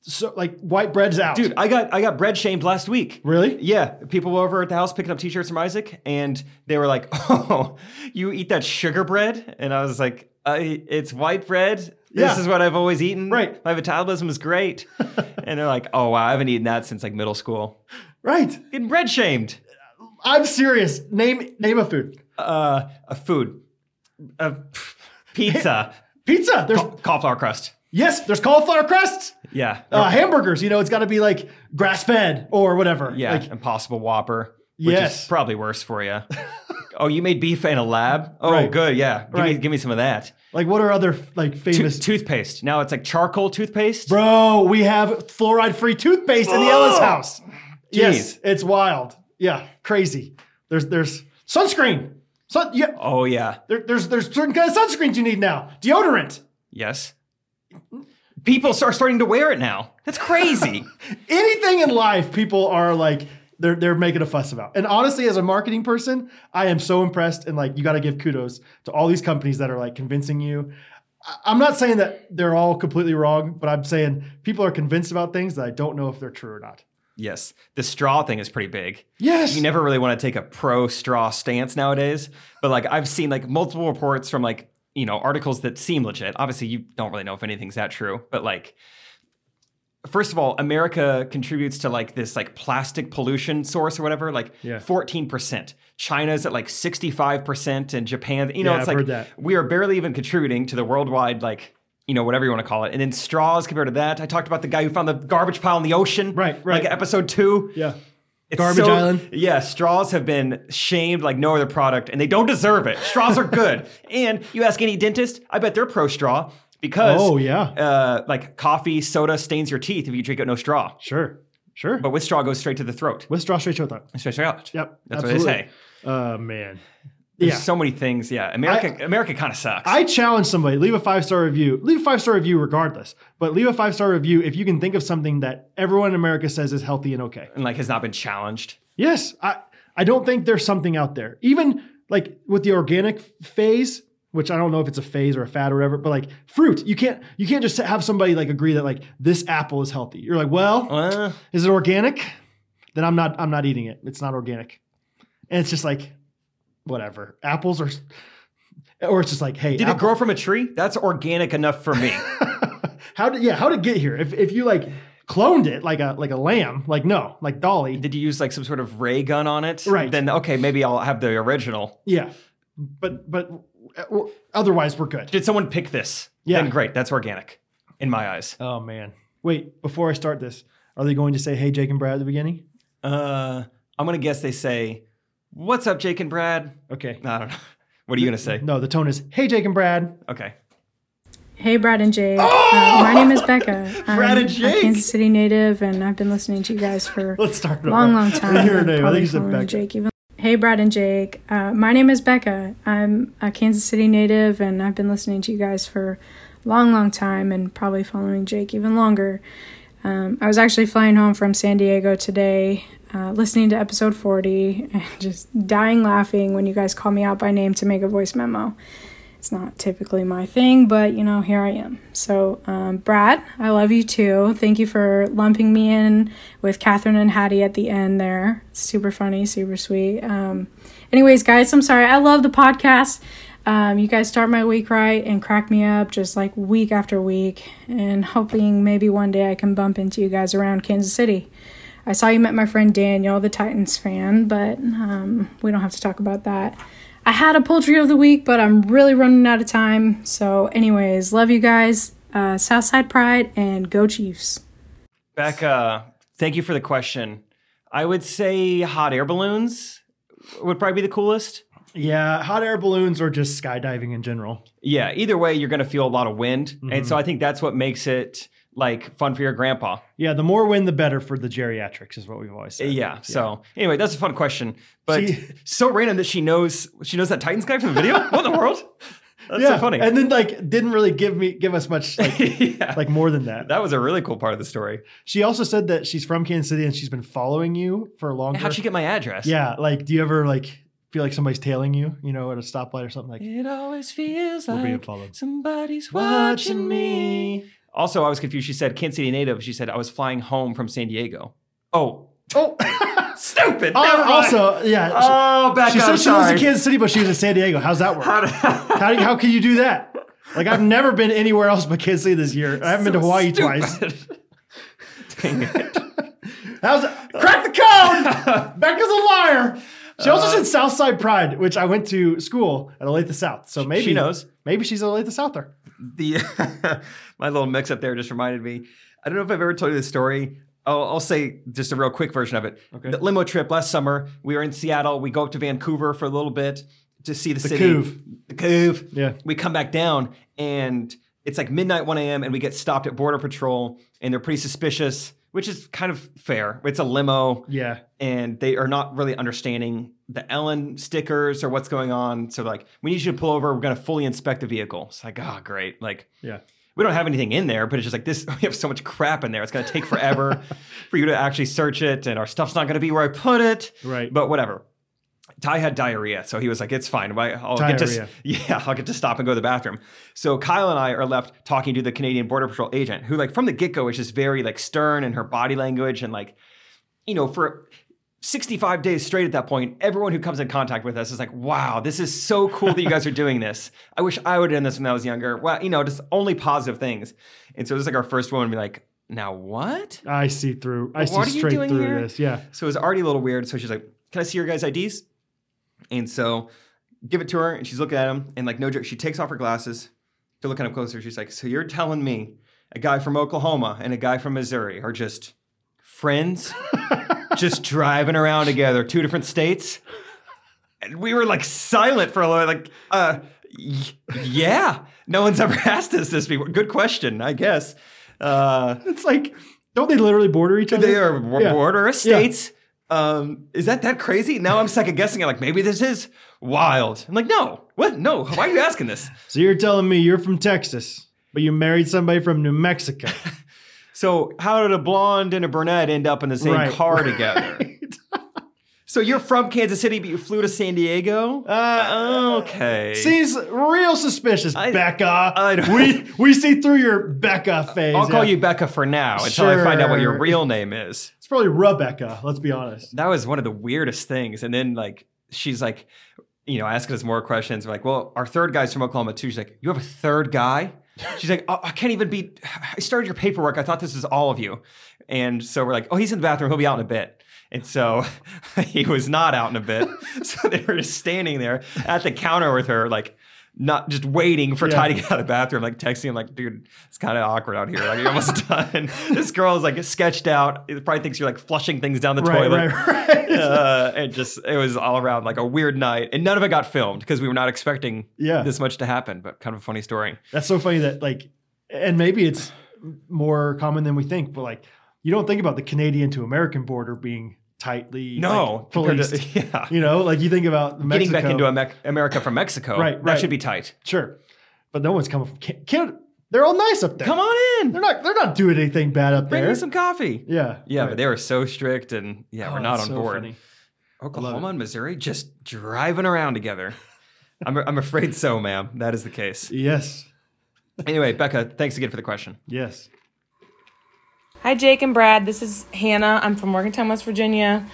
so like white bread's out,
Dude, I got I got bread shamed last week.
Really?
Yeah, people were over at the house picking up t-shirts from Isaac, and they were like, <laughs> "Oh, you eat that sugar bread?" And I was like, I, "It's white bread. This
Yeah.
is what I've always eaten.
Right.
My metabolism is
<laughs>
great." and they're like, "Oh wow, I haven't eaten that since like middle school."
Right.
Getting bread shamed.
I'm serious. Name name a food.
Uh, a food, a <laughs> pff,
<laughs>
pizza,
Pizza. There's
cauliflower crust.
yes. There's cauliflower crusts.
Yeah,
Uh, hamburgers. You know, it's got to be like grass fed or whatever.
yeah,
Like,
Impossible Whopper, which
Yes.
is probably worse for
<laughs>
you. oh, you made beef in a lab? Oh,
Right.
good. Yeah, give me
Right.
give me some of that.
like what are other like
Tooth-
famous?
toothpaste. Now it's like charcoal toothpaste.
Bro, we have fluoride free toothpaste in the
Ugh.
Ellis house. Yes,
Jeez.
it's wild. Yeah, crazy. There's there's sunscreen. Sun, yeah,
Oh yeah.
There, there's there's certain kind of sunscreens you need now. Deodorant.
Yes. People are starting to wear it now. That's crazy.
Anything in life, people are like they're they're making a fuss about. And honestly, as a marketing person, I am so impressed. And like, you got to give kudos to all these companies that are like convincing you. I- I'm not saying that they're all completely wrong, but I'm saying people are convinced about things that I don't know if they're true or not.
yes. The straw thing is pretty big.
Yes.
You never really want to take a pro straw stance nowadays, but like I've seen like multiple reports from like, you know, articles that seem legit. Obviously, you don't really know if anything's that true, but like first of all, America contributes to like this like plastic pollution source or whatever, like
Yeah.
14%. China's at like 65% and Japan, you know,
Yeah,
it's
I've
like
heard that.
we are barely even contributing to the worldwide like you know whatever you want to call it and then straws compared to that i talked about the guy who found the garbage pile in the ocean
Right, right.
like episode two
yeah.
it's
Garbage Island.
Yeah, straws have been shamed like no other product, and they don't deserve it. Straws are good,
<laughs>
and you ask any dentist, I bet they're pro straw because
Oh, yeah.
uh, like coffee, soda stains your teeth if you drink it no straw.
Sure. Sure.
But with straw, it goes straight to the throat.
With straw straight thought.
Straight out.
Yep.
that's
absolutely.
what they say.
Oh man.
There's
Yeah.
so many things. Yeah, America, America kind of sucks.
I challenge somebody, leave a five star review. Leave a five star review regardless, but leave a five star review if you can think of something that everyone in America says is healthy and okay.
and like has not been challenged.
Yes, I, I don't think there's something out there. Even like with the organic phase, which I don't know if it's a phase or a fad or whatever, but like fruit, you can't you can't just have somebody like agree that like this apple is healthy. You're like, well,
Uh,
is it organic? Then I'm not I'm not eating it. It's not organic. And it's just like whatever. Apples are or it's just like, hey,
did
apple-
it grow from a tree? That's organic enough for
<laughs>
me.
how did yeah, how did it get here? If if you like cloned it like a like a lamb, like no, like Dolly.
did you use like some sort of ray gun on it?
Right.
Then okay, maybe I'll have the original.
Yeah. But but uh, otherwise we're good.
did someone pick this?
Yeah.
Then great, that's organic in my eyes.
Oh man. Wait, before I start this, are they going to say hey Jake and Brad at the beginning?
Uh, I'm gonna guess they say, "What's up, Jake and Brad?"
Okay.
I don't know. <laughs> What are you gonna
<laughs>
say?
No, the tone is hey Jake and Brad.
Okay.
Hey, Brad and Jake.
Oh!
Uh, my name is Becca.
<laughs>
I'm
Brad and Jake.
a Kansas City native, and I've been listening to you guys for a
<laughs> Let's start it
long,
over.
long
<laughs>
time.
Your
I've
name, I
probably
think you said
calling you
Becca.
Jake even. Hey, Brad and Jake. Uh, my name is Becca. I'm a Kansas City native, and I've been listening to you guys for a long, long time, and probably following Jake even longer. Um, I was actually flying home from San Diego today, uh, listening to episode 40, <laughs> and just dying laughing when you guys call me out by name to make a voice memo. It's not typically my thing, but you know, here I am. So, um, Brad, I love you too. Thank you for lumping me in with Catherine and Hattie at the end there. Super funny, super sweet. Um, anyways, guys, I'm sorry. I love the podcast. Um, you guys start my week right and crack me up just like week after week, and hoping maybe one day I can bump into you guys around Kansas City. I saw you met my friend Daniel, the Titans fan, but um, we don't have to talk about that. I had a poultry of the week, but I'm really running out of time. So, anyways, love you guys. Uh, Southside Pride and go Chiefs.
Becca, uh, thank you for the question. I would say hot air balloons would probably be the coolest.
Yeah, hot air balloons or just skydiving in general.
Yeah, either way, you're going to feel a lot of wind. And
Mm-hmm.
so I think that's what makes it like fun for your grandpa.
Yeah, the more wind, the better for the geriatrics, is what we've always said.
Yeah. So anyway, that's a fun question, but
She-
so random that she knows she knows that Titans guy from the video. what in the
<laughs>
world? That's
yeah,
so funny.
And then like didn't really give me give us much
<laughs>
like, <laughs>
yeah.
like more than that.
that was a really cool part of the story.
She also said that she's from Kansas City and she's been following you for a long
And
time.
how'd she get my address?
Yeah, like do you ever like feel like somebody's tailing you, you know, at a stoplight or something like
It always feels
We're being
like
followed.
somebody's watching me. Also, I was confused. She said Kansas City native. She said I was flying home from San Diego. Oh, <laughs>
Oh, <laughs>
stupid. Never
oh
mind.
also, yeah. she-
oh, back
she
up.
said she lives in
sorry.
Kansas City, but she was in San Diego. How's that work? how, do- how can you do that? Like I've never been anywhere else but Kansas City this year. I haven't been to Hawaii twice.
<laughs>
<laughs>
Dang it.
How's that? crack the
<laughs>
code? Becca's a liar. She
Uh,
also said Southside Pride, which I went to school at Olathe South. So maybe
she knows.
Maybe she's an Olathe Souther.
the <laughs> my little mix up there just reminded me. I don't know if I've ever told you this story. I'll, I'll say just a real quick version of it.
Okay.
The limo trip last summer. We were in Seattle. We go up to Vancouver for a little bit to see the, city.
Couve.
The Couve.
Yeah.
We come back down and it's like midnight, 1 a.m. and we get stopped at border patrol and they're pretty suspicious, which is kind of fair. It's a limo
Yeah.
and they are not really understanding the Ellen stickers or what's going on. So like, we need you to pull over. We're going to fully inspect the vehicle. It's like, ah, great. Like,
Yeah.
we don't have anything in there, but it's just like this. <laughs> We have so much crap in there. It's going to take forever for you to actually search it, and our stuff's not going to be where I put it.
Right.
But whatever. Ty had diarrhea, so he was like, "It's fine. Why- I'll get to
Diarrhea.
<laughs> yeah, I'll get to stop and go to the bathroom." So Kyle and I are left talking to the Canadian Border Patrol agent, who like from the get go is just very like stern in her body language and like, you know, for 65 days straight at that point, everyone who comes in contact with us is like, wow, this is so cool that you guys are doing this. I wish I would have done this when I was younger. Wow, you know, just only positive things. And so it was like our first one would be like, now what?
I see through. I
What are
see
you
straight
doing
through
here?
this. Yeah.
So it was already a little weird. So she's like, can I see your guys' IDs? And so give it to her and she's looking at him and like, no joke, she takes off her glasses to look at him closer. She's like, so you're telling me a guy from Oklahoma and a guy from Missouri are just friends? just driving around together, two different states. And we were like silent for a little, like, uh, y- yeah, no one's ever <laughs> asked us this before. Good question, I guess. Uh,
It's like, don't they literally border each
<laughs>
other?
they are w-
Yeah.
border states. Um, is that that crazy? Now I'm second guessing it. Like maybe this is wild. I'm like, no, what? No, why are you asking
<laughs>
this?
So you're telling me you're from Texas, but you married somebody from
<laughs>
New Mexico.
So how did a blonde and a brunette end up in the same
<laughs> Right.
car together? So you're from Kansas City, but you flew to San Diego.
Uh,
okay.
Seems real suspicious,
I-
Becca.
I don't- <laughs>
we we see through your Becca phase.
I'll call
yeah.
you Becca for now until I find out what your
Sure.
real name is.
It's probably Rebecca. Let's be honest.
That was one of the weirdest things. And then like she's like, you know, asking us more questions. We're like, well, our third guy's from Oklahoma too. She's like, you have a third
<laughs>
guy? She's like, oh, I can't even be. I started your paperwork. I thought this was all of you. And so we're like, oh, he's in the bathroom. He'll be out in a bit. And so <laughs> he was not out in a
<laughs>
bit. so they were just standing there at the counter with her, like, not just waiting for
Yeah.
Ty to get out of the bathroom, like texting him, like, dude, it's kind of awkward out here. Like, you're almost <laughs> done. this girl is like sketched out. It probably thinks you're like flushing things down the
Right,
toilet
right, right. <laughs>
uh, it just it was all around like a weird night, and none of it got filmed because we were not expecting
Yeah.
this much to happen. But kind of a funny story.
That's so funny that like, and maybe it's more common than we think, but like, you don't think about the Canadian to American border being tightly
No,
like,
compared to- <laughs>
policed.
yeah,
you know, like you think about
getting
Mexico.
back into Ame- America from Mexico,
Right,
That
right.
should be tight.
sure, but no one's coming from Can- Canada. They're all nice up there.
Come on in,
they're not they're not doing anything bad up
bring
there.
me some coffee.
yeah,
Yeah,
right.
but they were so strict, and yeah,
Oh,
we're not
that's
on
so
board.
funny.
Oklahoma and Missouri just driving around
<laughs>
together. I'm, I'm afraid so, ma'am. That is the case.
Yes,
Anyway, Becca, thanks again for the question.
yes.
Hi, Jake and Brad. This is Hannah. I'm from Morgantown, West Virginia.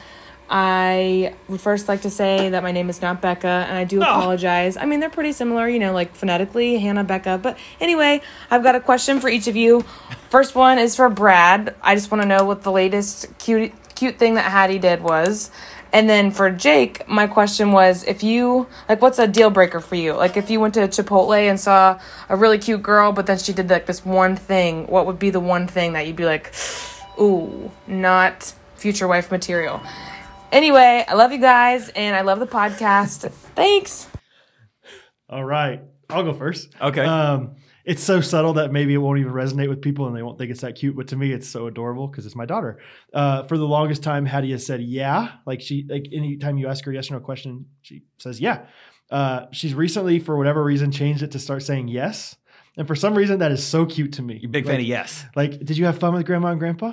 I would first like to say that my name is not Becca, and I do apologize. I mean, they're pretty similar, you know, like phonetically, Hannah, Becca. But anyway, I've got a question for each of you. First one is for Brad. I just want to know what the latest cute, cute thing that Hattie did was. And then for Jake, my question was if you, like, what's a deal breaker for you? Like, if you went to Chipotle and saw a really cute girl, but then she did, like, this one thing, what would be the one thing that you'd be like, ooh, not future wife material? Anyway, I love you guys and I love the podcast. Thanks.
All right. I'll go first.
Okay.
Um, it's so subtle that maybe it won't even resonate with people and they won't think it's that cute. But to me, it's so adorable because it's my daughter. Uh, for the longest time, Hattie has said, yeah. Like she, like anytime you ask her yes or no question, she says, yeah. Uh, she's recently, for whatever reason, changed it to start saying yes. And for some reason, that is so cute to me.
You big
like,
fan of yes?
Like, did you have fun with grandma and grandpa?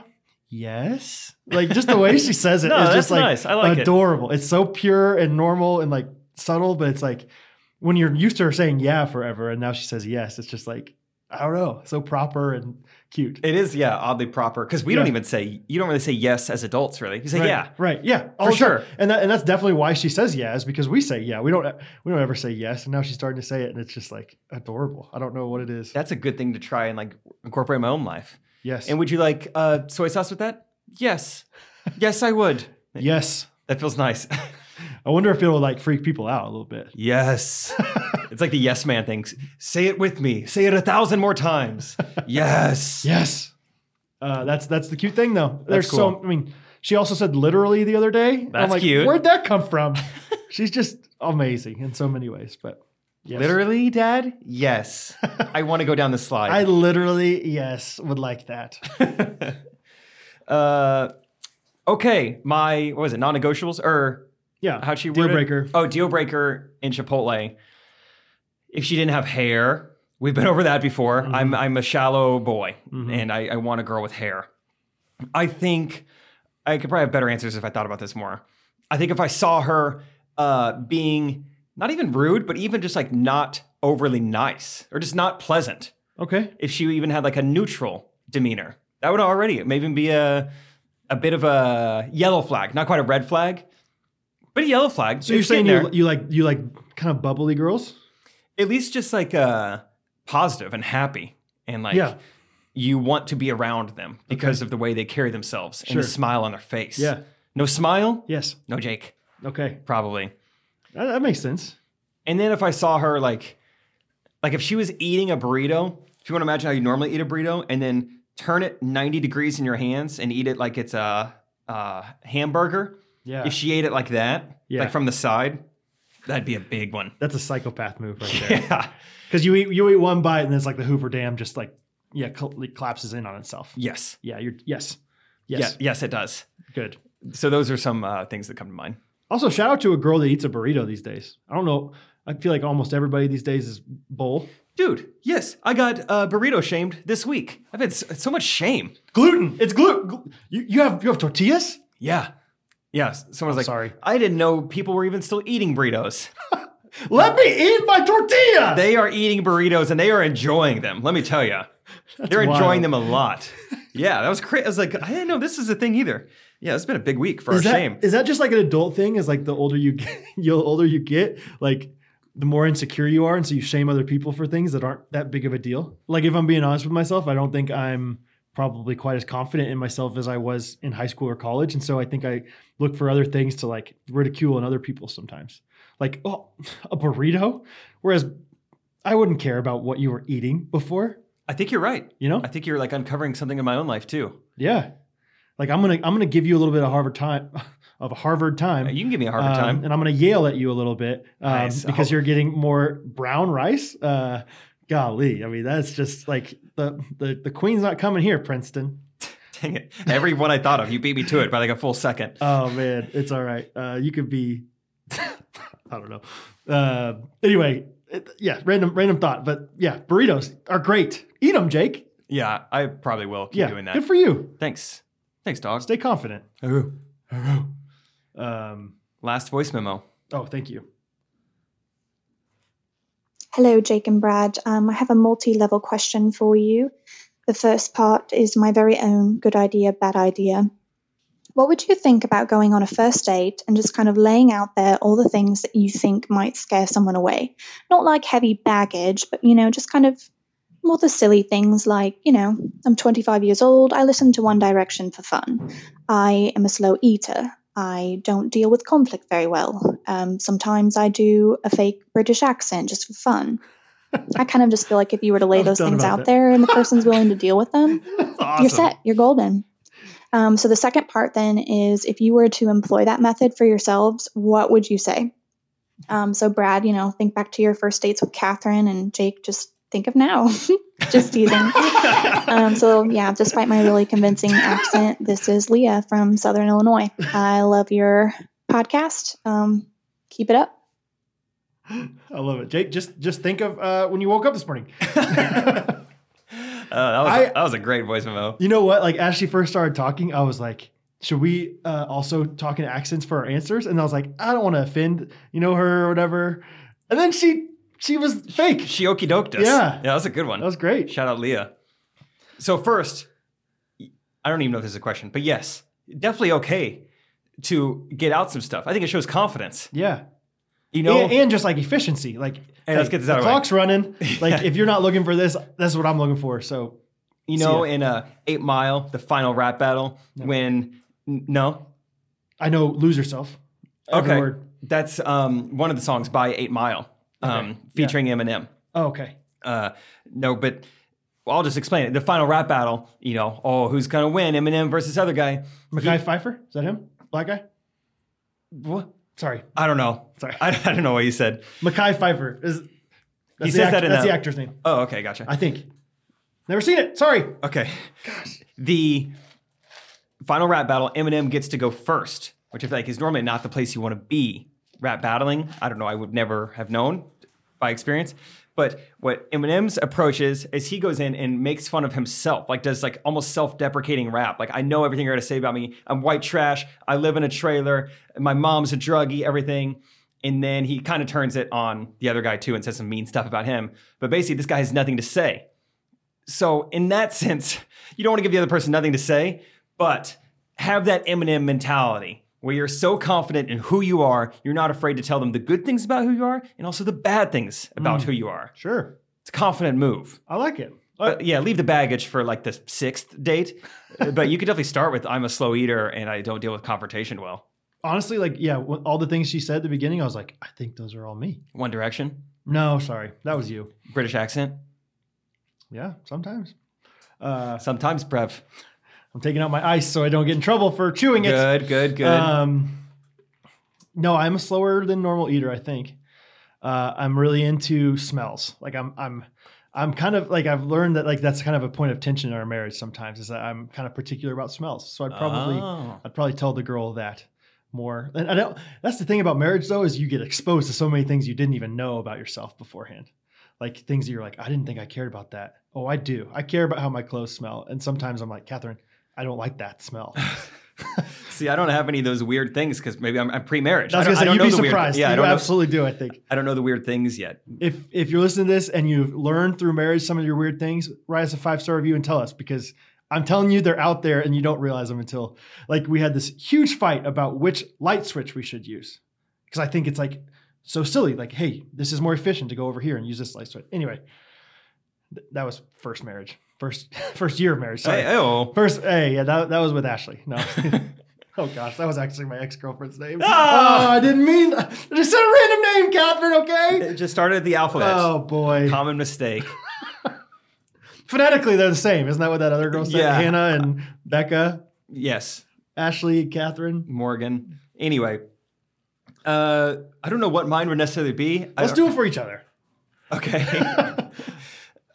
Yes. Like just the
<laughs>
way she says it
No,
is
that's
just like,
nice. I like it.
adorable. It's so pure and normal and like subtle, but it's like when you're used to her saying yeah forever and now she says yes, it's just like I don't know, so proper and cute.
It is, yeah, oddly proper because we don't
Yeah.
even say you don't really say yes as adults, really. You say
Right,
yeah.
Right. Yeah. all
For
the time.
sure.
And that, and that's definitely why she says yeah is because we say yeah. We don't we don't ever say yes and now she's starting to say it and it's just like adorable. I don't know what it is.
That's a good thing to try and like incorporate in my own life.
yes.
And would you like uh, soy sauce with that? Yes, yes, I would.
yes.
That feels nice. <laughs>
I wonder if it'll like freak people out a little bit.
yes, it's like the yes man thing. Say it with me. Say it a thousand more times.
<laughs>
Yes.
Yes. Uh, that's that's the cute thing though. There's so
cool.
I mean, she also said literally the other day. I'm
That's
like,
cute.
Where'd that come
<laughs>
from? She's just amazing in so many ways. But yes.
Literally, Dad. Yes. I want to go down the slide.
I literally yes would like that.
uh, okay, my what was it? Non-negotiables Er, or
<laughs> Yeah,
how'd she word
deal
it?
breaker?
Oh, deal breaker in Chipotle. If she didn't have hair, we've been <laughs> over that before.
Mm-hmm.
I'm I'm a shallow boy, and I, I want a girl with hair. I think I could probably have better answers if I thought about this more. I think if I saw her uh, being not even rude, but even just like not overly nice or just not pleasant,
Okay,
if she even had like a neutral demeanor. That would already maybe be a a bit of a yellow flag, not quite a red flag, but a yellow flag.
so you're
It's
saying
getting
you,
there.
you like you like kind of bubbly girls?
at least just like uh, positive and happy, and like
Yeah.
you want to be around them because of the way they carry themselves and
Sure.
the smile on their face.
Yeah.
no smile,
Yes.
no Jake,
Okay,
probably.
that, that makes sense.
And then if I saw her like, like if she was eating a burrito, if you want to imagine how you normally eat a burrito, and then turn it ninety degrees in your hands and eat it like it's a, a hamburger.
Yeah,
If she ate it like that,
Yeah.
like from the side, that'd be a big one.
that's a psychopath move right there.
Yeah,
Because you eat you eat one bite and it's like the Hoover Dam just like yeah col- like, collapses in on itself.
<laughs> yes,
Yeah, you're yes,
yes,
yes,
yes, it does.
good.
So those are some uh, things that come to mind.
Also, shout out to a girl that eats a burrito these days. I don't know. I feel like almost everybody these days is bowl.
Dude, yes, I got uh, burrito shamed this week. I've had s- so much shame.
Gluten. It's gluten. you, you have you have tortillas.
Yeah, yeah. Someone's like,
sorry.
I didn't know people were even still eating burritos.
Let me eat my tortilla.
They are eating burritos and they are enjoying them. Let me tell you, they're enjoying
wild.
them a lot. Yeah, that was crazy. I was like, I didn't know this is a thing either. Yeah, it's been a big week for
is
our
that
shame.
is that just like an adult thing? Is like the older you get, <laughs> the older you get, like the more insecure you are, and so you shame other people for things that aren't that big of a deal. Like if I'm being honest with myself, I don't think I'm probably quite as confident in myself as I was in high school or college, and so I think I look for other things to like ridicule in other people sometimes. Like oh, a burrito, whereas I wouldn't care about what you were eating before.
I think you're right.
You know,
I think you're like uncovering something in my own life too.
yeah. Like I'm gonna I'm gonna give you a little bit of Harvard time <laughs> of Harvard time.
You can give me a harder
Um,
time. <laughs>
and I'm going to yell at you a little bit um,
Nice.
because
Oh.
you're getting more brown rice. Uh, golly, I mean that's just like the the the queen's not coming here, Princeton.
Dang it! Every one I thought of, you beat me to it by like a full second.
Oh man, it's all right. Uh, you could be, <laughs> I don't know. Uh, anyway, it, yeah, random random thought, but yeah, burritos are great. Eat them, Jake.
Yeah, I probably will keep
Yeah,
doing that.
good for you.
Thanks. Thanks, dog.
Stay confident.
Ooh.
Um,
Last voice memo.
oh, thank you.
Hello, Jake and Brad. Um, I have a multi level question for you. The first part is my very own good idea, bad idea. What would you think about going on a first date and just kind of laying out there all the things that you think might scare someone away? Not like heavy baggage, but you know, just kind of more the silly things like, you know, I'm 25 years old, I listen to One Direction for fun, I am a slow eater, I don't deal with conflict very well, um, sometimes I do a fake British accent just for fun.
<laughs>
I kind of just feel like if you were to lay
I've
those
thought
things
about
out
that.
there and the person's willing to deal with them,
That's
you're
awesome. <laughs>
set. <laughs> You're golden. Um, so the second part then is if you were to employ that method for yourselves, what would you say? Um, so Brad, you know, think back to your first dates with Catherine and Jake. Just think of now. <laughs> just teasing. um, so yeah, despite my really convincing accent, this is Leah from Southern Illinois. I love your podcast. Um, keep it up.
I love it, Jake. Just just think of uh, when you woke up this morning.
Uh, that, was
I-
that was a great voice memo.
You know what? Like as she first started talking, I was like, should we uh, also talk in accents for our answers? And I was like, I don't want to offend, you know, her or whatever. And then she she was fake.
She okey doked us.
Yeah.
Yeah, that was a good one.
That was great.
Shout out Leah. So first, I don't even know if this is a question, but yes, definitely okay to get out some stuff. I think it shows confidence.
Yeah.
You know,
and, and just like efficiency. Like
Hey, let's get this out
the
of the way. <laughs>
clock's running. Like if you're not looking for this, that's what I'm looking for. So
you know,
See
in uh, Eight Mile, the final rap battle, when n- no,
I know lose yourself. Every
okay,
word.
that's um, one of the songs by Eight Mile, um,
Okay. Yeah.
featuring Eminem.
Oh, okay.
Uh, no, but well, I'll just explain it. The final rap battle, you know, oh, who's gonna win, Eminem versus other guy?
Mackay Pfeiffer? Is that him? Black guy?
What?
Sorry.
I don't know.
Sorry.
<laughs> I, I don't know what you said.
Mackay Pfeiffer is that's the
says
act-
that in
that's
a-
the actor's name.
Oh, okay, gotcha.
I think. Never seen it. Sorry.
Okay. The final rap battle, Eminem gets to go first, which I feel like is normally not the place you want to be rap battling. I don't know. I would never have known by experience. But what Eminem's approach is, is he goes in and makes fun of himself, like does like almost self-deprecating rap. Like I know everything you're gonna say about me. I'm white trash. I live in a trailer. My mom's a druggie. Everything. And then he kind of turns it on the other guy too and says some mean stuff about him. But basically, this guy has nothing to say. So in that <laughs> sense, you don't want to give the other person nothing to say, but have that Eminem mentality where you're so confident in who you are, you're not afraid to tell them the good things about who you are and also the bad things
Mm.
about who you are.
Sure.
It's a confident move.
I like it. Uh,
But yeah, leave the baggage for like the sixth
<laughs>
date. but you could definitely start with I'm a slow eater and I don't deal with confrontation well.
honestly, like, yeah, wh- all the things she said at the beginning, I was like, I think those are all me.
One Direction,
No, sorry. That was you.
British accent,
Yeah, sometimes. Uh,
sometimes Prev.
I'm taking out my ice so I don't get in trouble for chewing it.
Good, good, good.
Um, no, I'm a slower than normal eater. I think uh, I'm really into smells. Like I'm, I'm, I'm kind of like I've learned that like that's kind of a point of tension in our marriage sometimes is that I'm kind of particular about smells. So I'd probably,
Oh.
I'd probably tell the girl that more. And I don't. That's the thing about marriage though is you get exposed to so many things you didn't even know about yourself beforehand. Like things that you're like, I didn't think I cared about that. Oh, I do. I care about how my clothes smell. And sometimes I'm like, Catherine, I don't like that
<sighs>
smell.
See, I don't have any of those weird things because maybe I'm, I'm pre-marriage.
I
I
was
don't-
gonna say
I don't
you'd be
know the weird-
surprised.
yeah, I
you
don't know-
absolutely do. I think
I don't know the weird things yet.
if if you're listening to this and you've learned through marriage some of your weird things, write us a five star review and tell us because I'm telling you they're out there and you don't realize them until like we had this huge fight about which light switch we should use because I think it's like so silly. Like, hey, this is more efficient to go over here and use this light switch. Anyway, th- that was first marriage, first <laughs> first year of marriage. Sorry.
Hey, oh.
First, hey, yeah, that, that was with Ashley. No. <laughs> oh gosh, that was actually my ex girlfriend's name.
Ah!
Oh, I didn't mean. I just said a random name, Catherine. Okay.
It just started at the alphabet.
Oh boy.
Common mistake.
Phonetically, they're the same, isn't that what that other girl said?
Yeah.
Hannah and Becca,
yes,
Ashley, Catherine.
Morgan. Anyway, uh, I don't know what mine would necessarily be. I
Let's do
don't-
it for each other.
<laughs> Okay.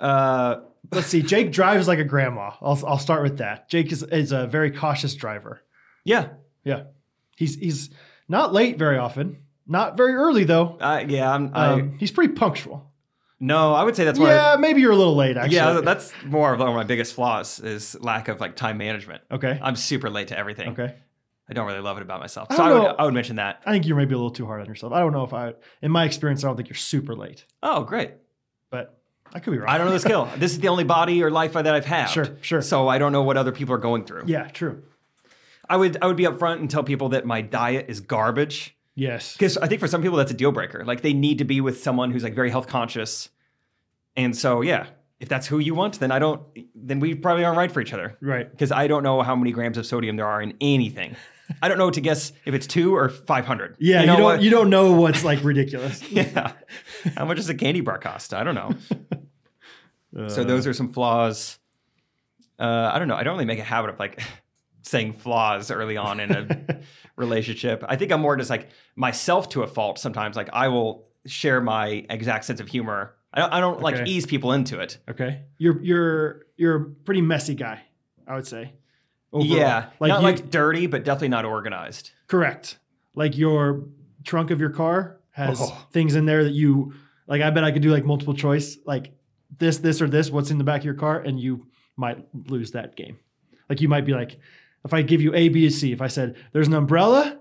uh,
Let's see. Jake drives like a grandma. I'll I'll start with that. Jake is is a very cautious driver.
yeah.
Yeah. He's he's not late very often. Not very early though.
Uh, yeah. I'm, I,
Um, he's pretty punctual.
no, I would say that's one.
Yeah, maybe you're a little late
Of,
actually.
yeah. That's more of one of my biggest flaws is lack of like time management.
okay.
I'm super late to everything.
Okay.
I don't really love it about myself.
I
So I
don't
would,
know.
I would mention that.
I think you're maybe a little too hard on yourself. I don't know if I, in my experience, I don't think you're super late,
Oh, great.
but I could be wrong.
I don't know the skill. this is the only body or life that I've had.
Sure, sure.
So I don't know what other people are going through.
Yeah, true.
I would I would be upfront and tell people that my diet is garbage
Yes.
because I think for some people that's a deal breaker. Like they need to be with someone who's like very health conscious, and so yeah, if that's who you want, then I don't. Then we probably aren't right for each other
Right.
because I don't know how many grams of sodium there are in anything. I don't know to guess if it's two or five hundred.
Yeah, you,
know
don't
what?
you don't know what's like ridiculous.
<laughs> yeah. How much does a candy bar cost? I don't know. Uh, so those are some flaws. Uh, I don't know. I don't really make a habit of like <laughs> saying flaws early on in
<laughs>
a relationship. I think I'm more just like myself to a fault sometimes. Like I will share my exact sense of humor. I don't, I don't like
Okay.
ease people into it.
Okay. You're you're you're a pretty messy guy, I would say. overall.
Yeah.
Like
not
you-
like dirty, but definitely not organized.
correct. Like your trunk of your car has
Oh.
things in there that you like I bet I could do like multiple choice, like this, this, or this, what's in the back of your car, and you might lose that game. Like you might be like, if I give you A, B, and C, if I said there's an umbrella,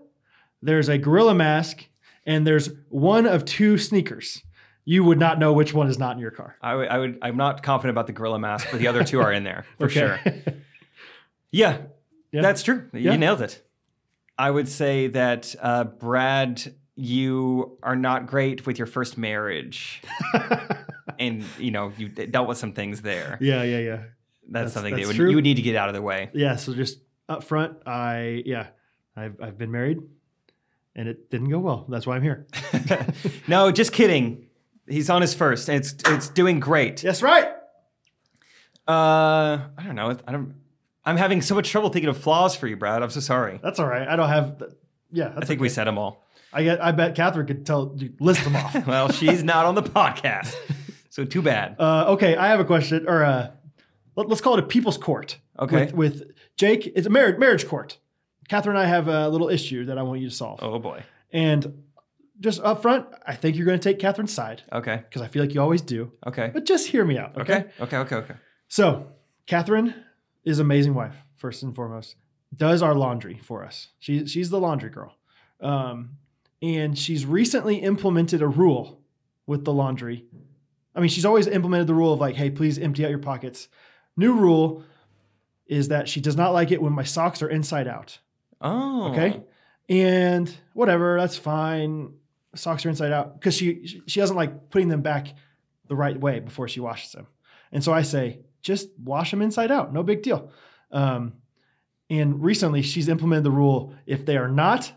there's a gorilla mask, and there's one of two sneakers, you would not know which one is not in your car.
I would, I would, I'm not confident about the gorilla mask, but the other two are in there for
<laughs> Okay.
sure. Yeah,
Yeah.
that's true.
Yeah.
You nailed it. I would say that uh, Brad, you are not great with your first
<laughs>
marriage, and you know you d- dealt with some things there.
yeah, yeah, yeah.
That's,
That's-
something
that's
that would,
true.
you would need to get out of the way. <laughs>
yeah so just up front i yeah i've, I've been married and it didn't go well that's why
<laughs>
i'm here
no, just kidding. He's on his first. and It's it's doing great.
that's right
Uh, I don't know. I don't. I'm having so much trouble thinking of flaws for you, Brad. I'm so sorry.
that's all right i don't have yeah
I
that's
think we said them all.
I, get, I bet catherine could tell dude, list them
<laughs>
off
Well, she's not on the
<laughs>
podcast, so too bad.
uh, okay i have a question or uh, let, us call it a people's court
Okay.
with, with jake it's a marriage marriage court catherine and i have a little issue that i want you to solve
Oh boy.
and just up front i think you're going to take catherine's side
Okay.
because i feel like you always do
Okay.
but just hear me out
Okay. Okay. Okay. Okay.
So, Catherine is amazing wife first and foremost. Does our laundry for us. She she's the laundry girl, um, and she's recently implemented a rule with the laundry. I mean, she's always implemented the rule of like, hey, please empty out your pockets. New rule is that she does not like it when my socks are inside out.
Oh.
Okay. And whatever, that's fine. Socks are inside out because she she doesn't like putting them back the right way before she washes them. And so I say, just wash them inside out. No big deal. Um, and recently, she's implemented the rule: if they are not,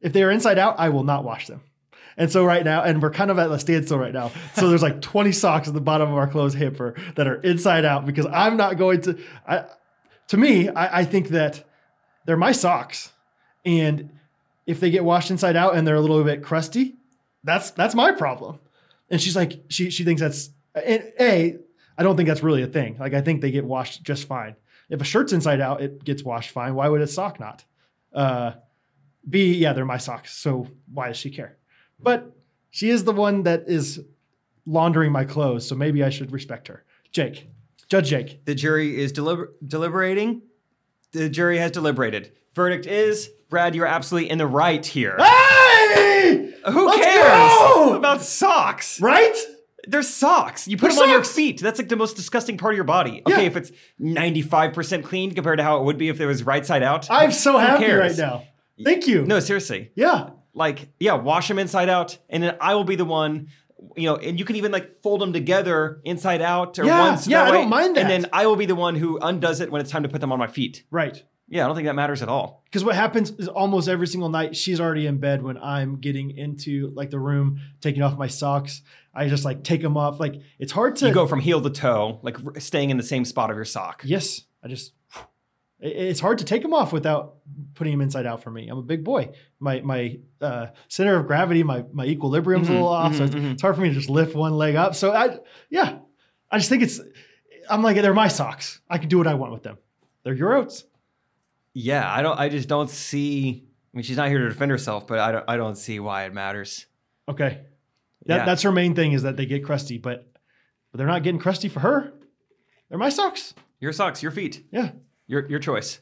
if they are inside out, I will not wash them. And so right now, and we're kind of at a standstill right now. So there's like 20 socks at the bottom of our clothes hamper that are inside out because I'm not going to. I, to me, I, I think that they're my socks, and if they get washed inside out and they're a little bit crusty, that's that's my problem. And she's like, she she thinks that's and a. I don't think that's really a thing. Like I think they get washed just fine. If a shirt's inside out, it gets washed fine. Why would a sock not? Uh, B, yeah, they're my socks. So why does she care? But she is the one that is laundering my clothes, so maybe I should respect her. Jake, Judge Jake.
The jury is deliber- deliberating. The jury has deliberated. Verdict is Brad, you're absolutely in the right here.
Hey,
Who
Ah! Let's
cares
go!
about socks?
right?
They're socks. You put
They're
them on your
socks.
feet. That's like the most disgusting part of your body. Okay,
Yeah.
if it's 95% clean compared to how it would be if it was right side out.
I'm so happy right
cares?
now. Thank you.
no, seriously.
Yeah.
Like, yeah, wash them inside out, and then I will be the one. You know, and you can even like fold them together inside out or
Yeah,
once.
yeah,
that
I
way,
don't mind that.
And then I will be the one who undoes it when it's time to put them on my feet.
Right.
Yeah, I don't think that matters at all.
Because what happens is almost every single night she's already in bed when I'm getting into like the room, taking off my socks. I just like take them off. Like it's hard to
You go from heel to toe, like r- staying in the same spot of your sock.
Yes, I just it- it's hard to take them off without putting them inside out for me. I'm a big boy. My my uh, center of gravity, my my equilibrium's
Mm-hmm.
a little off, so it's, it's hard for me to just lift one leg up. So I yeah, I just think it's I'm like they're my socks. I can do what I want with them. They're your oats.
Yeah, I don't. I just don't see. I mean, she's not here to defend herself, but I don't. I don't see why it matters.
Okay, that,
Yeah.
that's her main thing is that they get crusty, but but they're not getting crusty for her. They're my socks.
Your socks, your feet,
Yeah.
your your choice.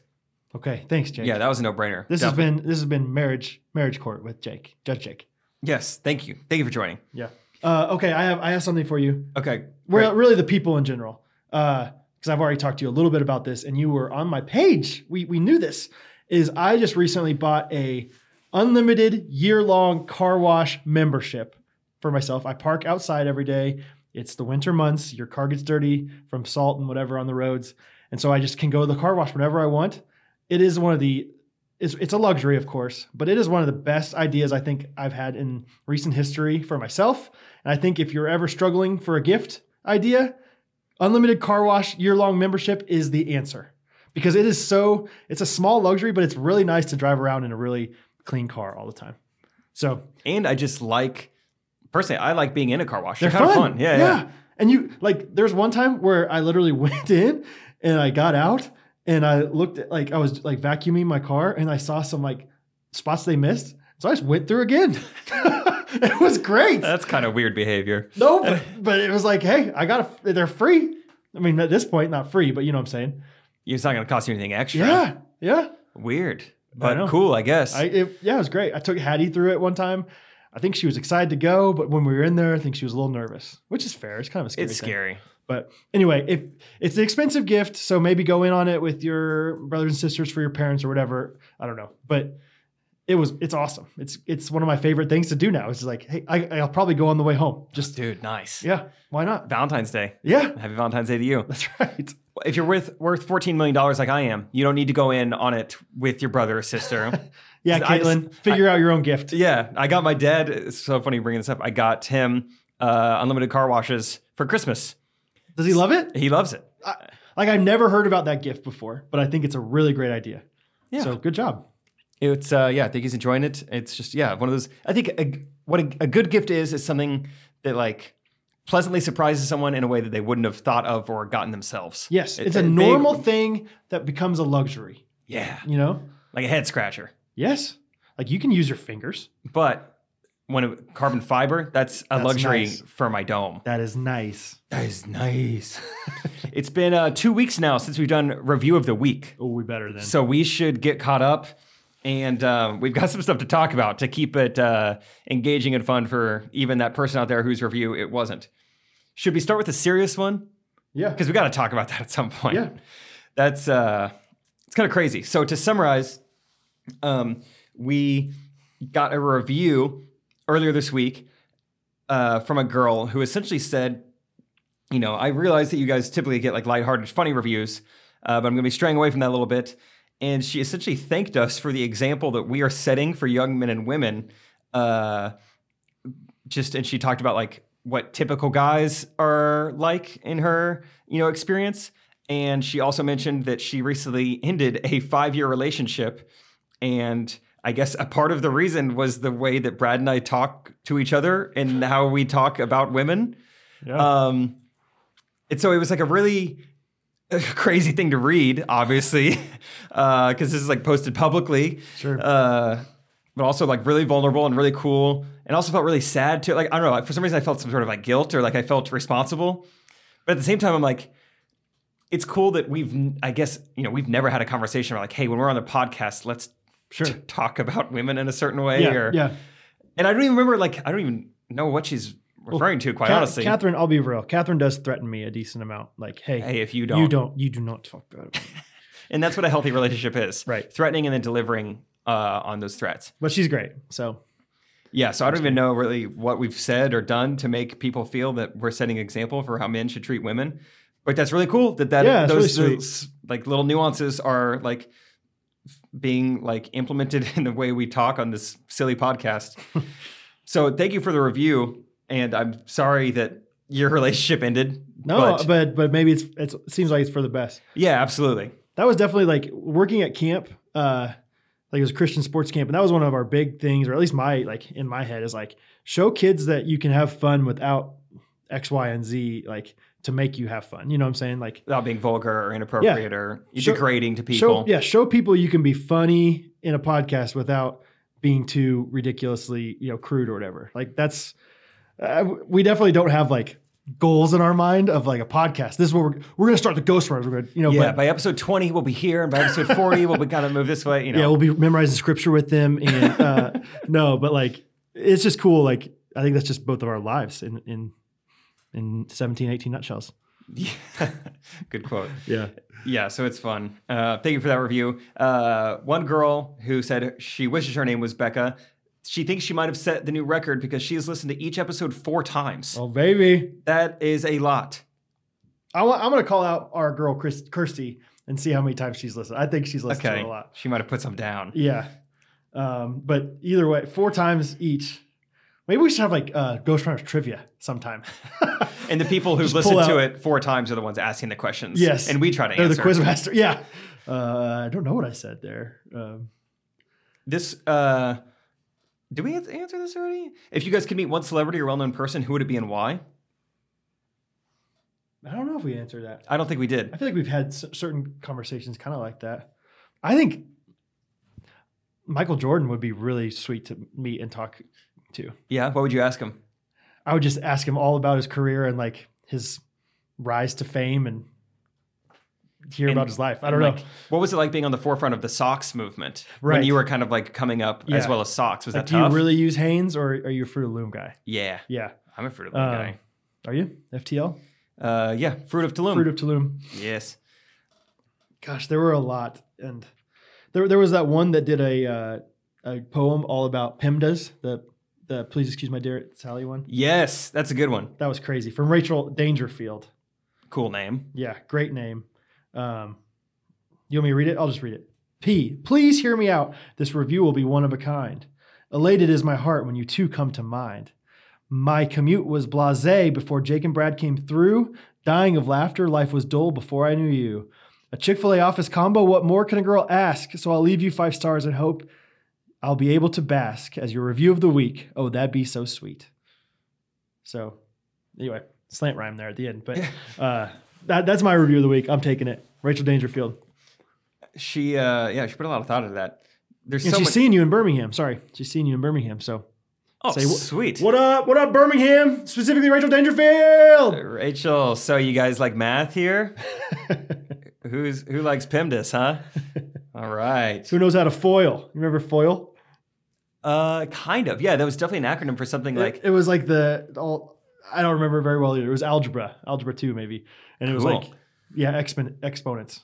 Okay. Thanks, Jake.
Yeah, that was a no brainer.
this has been this has been marriage marriage court with Jake Judge Jake.
yes. Thank you. Thank you for joining.
Yeah. Uh, okay, I have I have something for you.
Okay.
Well,
great.
really the people in uh, general, because I've already talked to you a little bit about this, and you were on my page. We we knew this, is I just recently bought a unlimited year-long car wash membership for myself. I park outside every day. It's the winter months. Your car gets dirty from salt and whatever on the roads. And so I just can go to the car wash whenever I want. It is one of the it's, it's a luxury, of course, but it is one of the best ideas I think I've had in recent history for myself. And I think if you're ever struggling for a gift idea, unlimited car wash year long membership is the answer because it is so, it's a small luxury, but it's really nice to drive around in a really clean car all the time. So
And I just like, personally, I like being in a car wash. They're,
they're
kind
fun.
of fun. Yeah, yeah.
And you like, there's one time where I literally <laughs> went in and I got out and I looked at like I was like vacuuming my car and I saw some like spots they missed, so I just went through again. <laughs> it was great.
That's kind of weird behavior.
no, but, but it was like, hey, I got to They're free. I mean, at this point, not free, but you know what I'm saying.
It's not going to cost you anything extra.
Yeah, yeah.
Weird,
know.
but cool, I guess.
I it, yeah, it was great. I took Hattie through it one time. I think she was excited to go, but when we were in there, I think she was a little nervous, which is fair. It's kind of a scary.
it's
thing.
scary.
But anyway, if it's an expensive gift, so maybe go in on it with your brothers and sisters for your parents or whatever. I don't know, but it was it's awesome. It's it's one of my favorite things to do now. It's like, hey, I, I'll probably go on the way home. Just
Dude, nice.
yeah, why not?
Valentine's Day.
Yeah, <laughs>
Happy Valentine's Day to you.
that's right.
If you're worth worth $14 million like I am, you don't need to go in on it with your brother or sister.
<laughs> Yeah,
I just-
Caitlin, figure out your own gift.
Yeah, I got my dad. It's so funny bringing this up. I got him uh, unlimited car washes for Christmas.
Does he love it?
He loves it.
I, like I've never heard about that gift before, but I think it's a really great idea.
Yeah.
So good job.
It's uh, yeah, I think he's enjoying it. It's just yeah, one of those. I think a, what a, a good gift is is something that like pleasantly surprises someone in a way that they wouldn't have thought of or gotten themselves.
Yes,
It-
it's a
it- they-
normal thing that becomes a luxury.
yeah,
You know?
like a head scratcher,
Yes. Like you can use your fingers.
but when it, carbon fiber, that's a
That's
luxury
nice.
for my dome.
That is nice.
That is nice. it's been uh, two weeks now since we've done review of the week.
Oh, we better then.
So we should get caught up, and um, we've got <laughs> some stuff to talk about to keep it uh, engaging and fun for even that person out there whose review it wasn't. Should we start with a serious one?
yeah.
Because we got to talk about that at some point.
Yeah.
that's uh, it's kind of crazy. So to summarize, um, we got a review earlier this week uh, from a girl who essentially said, you know, I realize that you guys typically get like lighthearted, funny reviews, uh, but I'm going to be straying away from that a little bit. And she essentially thanked us for the example that we are setting for young men and women. Uh, just and she talked about like what typical guys are like in her, you know, experience. And she also mentioned that she recently <laughs> ended a five-year relationship and I guess a part of the reason was the way that Brad and I talk to each other and
<laughs>
how we talk about women.
Yeah.
Um, and so it was like a really uh, <laughs> crazy thing to read, obviously, <laughs> because this is like posted publicly.
Sure.
Uh, but also like really vulnerable and really cool, and also felt really sad too. Like I don't know, like for some reason I felt some sort of like guilt or like I felt responsible. But at the same time, I'm like, it's cool that we've, I guess, you know, we've never had a conversation where like, hey, when we're on the podcast, let's
Sure.
to talk about women in a certain way.
Yeah.
or,
yeah.
And I don't even remember, like, I don't even know what she's referring to, quite
Ca-
honestly.
Catherine, I'll be real. Catherine does threaten me a decent amount. Like, hey,
hey, if you don't,
you don't, you do not talk about it.
And that's what a healthy relationship is
Right.
threatening and then delivering uh, on those threats.
But she's great. So
Yeah. So I don't even know really what we've said or done to make people feel that we're setting an example for how men should treat women. But that's really cool that, that
Yeah, it's
those,
really sweet.
those, like little nuances are like f- being like implemented <laughs> in the way we talk on this silly
<laughs>
podcast. so thank you for the review. And I'm sorry that your <laughs> relationship ended.
no, but but, maybe it's, it's it seems like it's for the best.
yeah, absolutely.
That was definitely like working at camp. Uh, like it was a Christian sports camp, and that was one of our big things, or at least my like in my head is like show kids that you can have fun without X, Y, and Z, like to make you have fun. You know what I'm saying? Like
Without being vulgar or inappropriate or
Show-
degrading to
Show,
people.
yeah, show people you can be funny in a podcast without being too ridiculously, you know, crude or whatever. Like that's uh, we definitely don't have like goals in our mind of like a podcast. This is what we're we're gonna start the Ghost Runners. We're gonna, you know,
Yeah,
but,
by episode 20, we'll be here. And by episode 40, we'll be kind of move this way. You know,
<laughs> yeah, we'll be memorizing scripture with them. And uh,
<laughs>
no, but like it's just cool. Like I think that's just both of our lives in in in 17, 18 nutshells.
<laughs> Good quote.
Yeah.
Yeah, so it's fun. Uh, thank you for that review. Uh, one girl who said she wishes her name was Becca. She thinks she might have set the new record because she has listened to each episode four times.
Oh, baby.
That is a lot.
I wa- I'm going to call out our girl, Chris- Kirsty, and see how many times she's listened. I think she's listened to
Okay,
it a lot.
she might have put some down.
Yeah. Um, but either way, four times each. Maybe we should have like uh, Ghost Runners trivia sometime.
<laughs> And
<laughs>
the people who've
Just pull
listened to
out-
it four times are the ones asking the questions.
Yes.
and we try to
They're the
answer.
quizmaster. Yeah. Uh, I don't know what I said there. Um,
This. Uh, did we answer this already? If you guys could meet one celebrity or well-known person, who would it be and why?
I don't know if we answered that.
I don't think we did.
I feel like we've had c- certain conversations kind of like that. I think Michael Jordan would be really sweet to meet and talk to.
Yeah, what would you ask him?
I would just ask him all about his career and like his rise to fame and hear
And-
about his life. I don't know.
Like, what was it like being on the forefront of the socks movement when
Right.
you were kind of like coming up as
Yeah.
well as socks? Was
Like,
that
do you
tough?
really use Hanes or are you a Fruit of the Loom guy?
yeah,
Yeah.
I'm a Fruit of the Loom
Um, are you FTL?
guy. Uh, yeah, Fruit of Tulum.
Fruit of Tulum.
yes.
Gosh, there were a lot, and there there was that one that did a uh, a poem all about PEMDAS, the the Please Excuse My Dear Sally one.
Yes, that's a good one.
That was crazy from Rachel Dangerfield.
Cool name.
Yeah, great name. Um, you want me to read it? I'll just read it. P. Please hear me out. This review will be one of a kind. Elated is my heart when you two come to mind. My commute was blase before Jake and Brad came through. Dying of laughter, life was dull before I knew you. A Chick fil A office combo, what more can a girl ask? So I'll leave you five stars and hope I'll be able to bask as your review of the week. Oh, that'd be so sweet. So, anyway, slant rhyme there at the end. But uh, that, that's my review of the week. I'm taking it. Rachel Dangerfield.
She, uh, yeah, she put a lot of thought into that. There's
And
so
she's
much.
seeing you in Birmingham. Sorry. She's seeing you in Birmingham. So,
oh,
say wh-
sweet.
what up? What up, Birmingham? Specifically, Rachel Dangerfield.
Rachel, so you guys like math
<laughs>
here? Who's who likes PEMDAS, huh? All right.
Who knows how to foil? You remember foil?
Uh, kind of. Yeah, that was definitely an acronym for something
Like
like
it was like the all. I don't remember very well either. It was algebra, algebra two maybe, and it was
Cool.
like yeah, expon- exponents.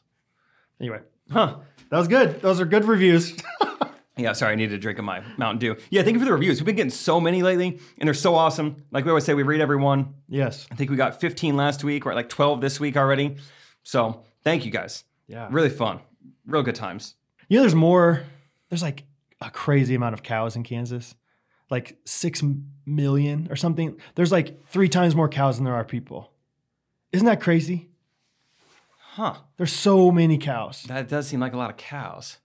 Anyway,
huh.
that was good. Those are good reviews. <laughs>
Yeah, sorry, I needed a drink of my Mountain Dew. Yeah, thank you for the reviews. We've been getting so many lately, and they're so awesome. Like we always say, we read everyone.
yes.
I think we got 15 last week. We're at like 12 this week already. So thank you guys.
Yeah.
Really fun. Real good times.
You know, there's more. There's like a crazy amount of cows in Kansas, like six m- million or something. There's like three times more cows than there are people. Isn't that crazy?
Huh.
There's so many cows.
That does seem like a lot of cows.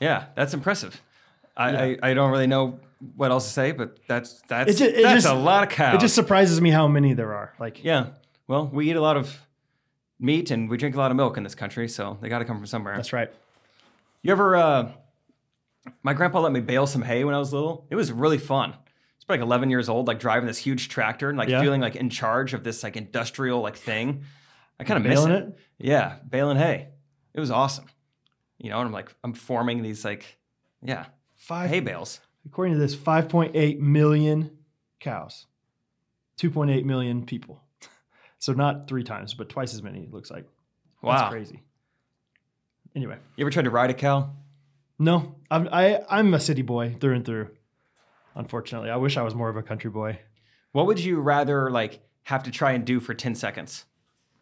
Yeah, that's impressive. I, I, I don't really know what else to say, but that's that's
It ju- it
that's
just-
a lot of cows.
It just surprises me how many there are. Like,
yeah. Well, we eat a lot of meat and we drink a lot of milk in this country, so they got to come from somewhere.
that's right.
You ever? Uh, my grandpa let me bale some hay when I was little. It was really fun. It's like 11 years old, like driving this huge tractor and like
Yeah.
feeling like in charge of this like industrial like thing. I kind of miss
Mailing
it. Yeah, baling hay. It was awesome. You know, and I'm like I'm forming these like yeah
Five,
hay bales.
according to this, 5.8 million cows, 2.8 million people. <laughs> So not three times, but twice as many. It looks like.
Wow.
That's crazy. Anyway,
You ever tried to ride a cow?
No, I'm I, I'm a city boy through and through. Unfortunately, I wish I was more of a country boy.
What would you rather like have to try and do for 10 seconds?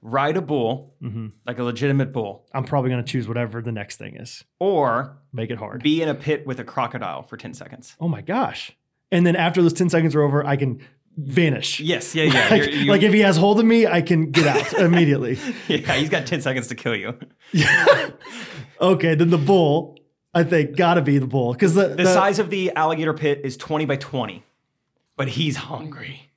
Ride a bull,
Mm-hmm.
like a legitimate bull,
I'm probably going to choose whatever the next thing is.
or
Make it hard.
be in a pit with a crocodile for 10 seconds.
oh my gosh! And then after those ten seconds are over, I can vanish.
Yes, yeah, yeah.
Like,
You're- you-
like if he has hold of me, I can get out
<laughs>
immediately.
yeah, he's got 10 seconds to kill you.
Okay, then the bull. I think gotta be the bull because the,
The size of the alligator pit is 20 by 20, but he's hungry.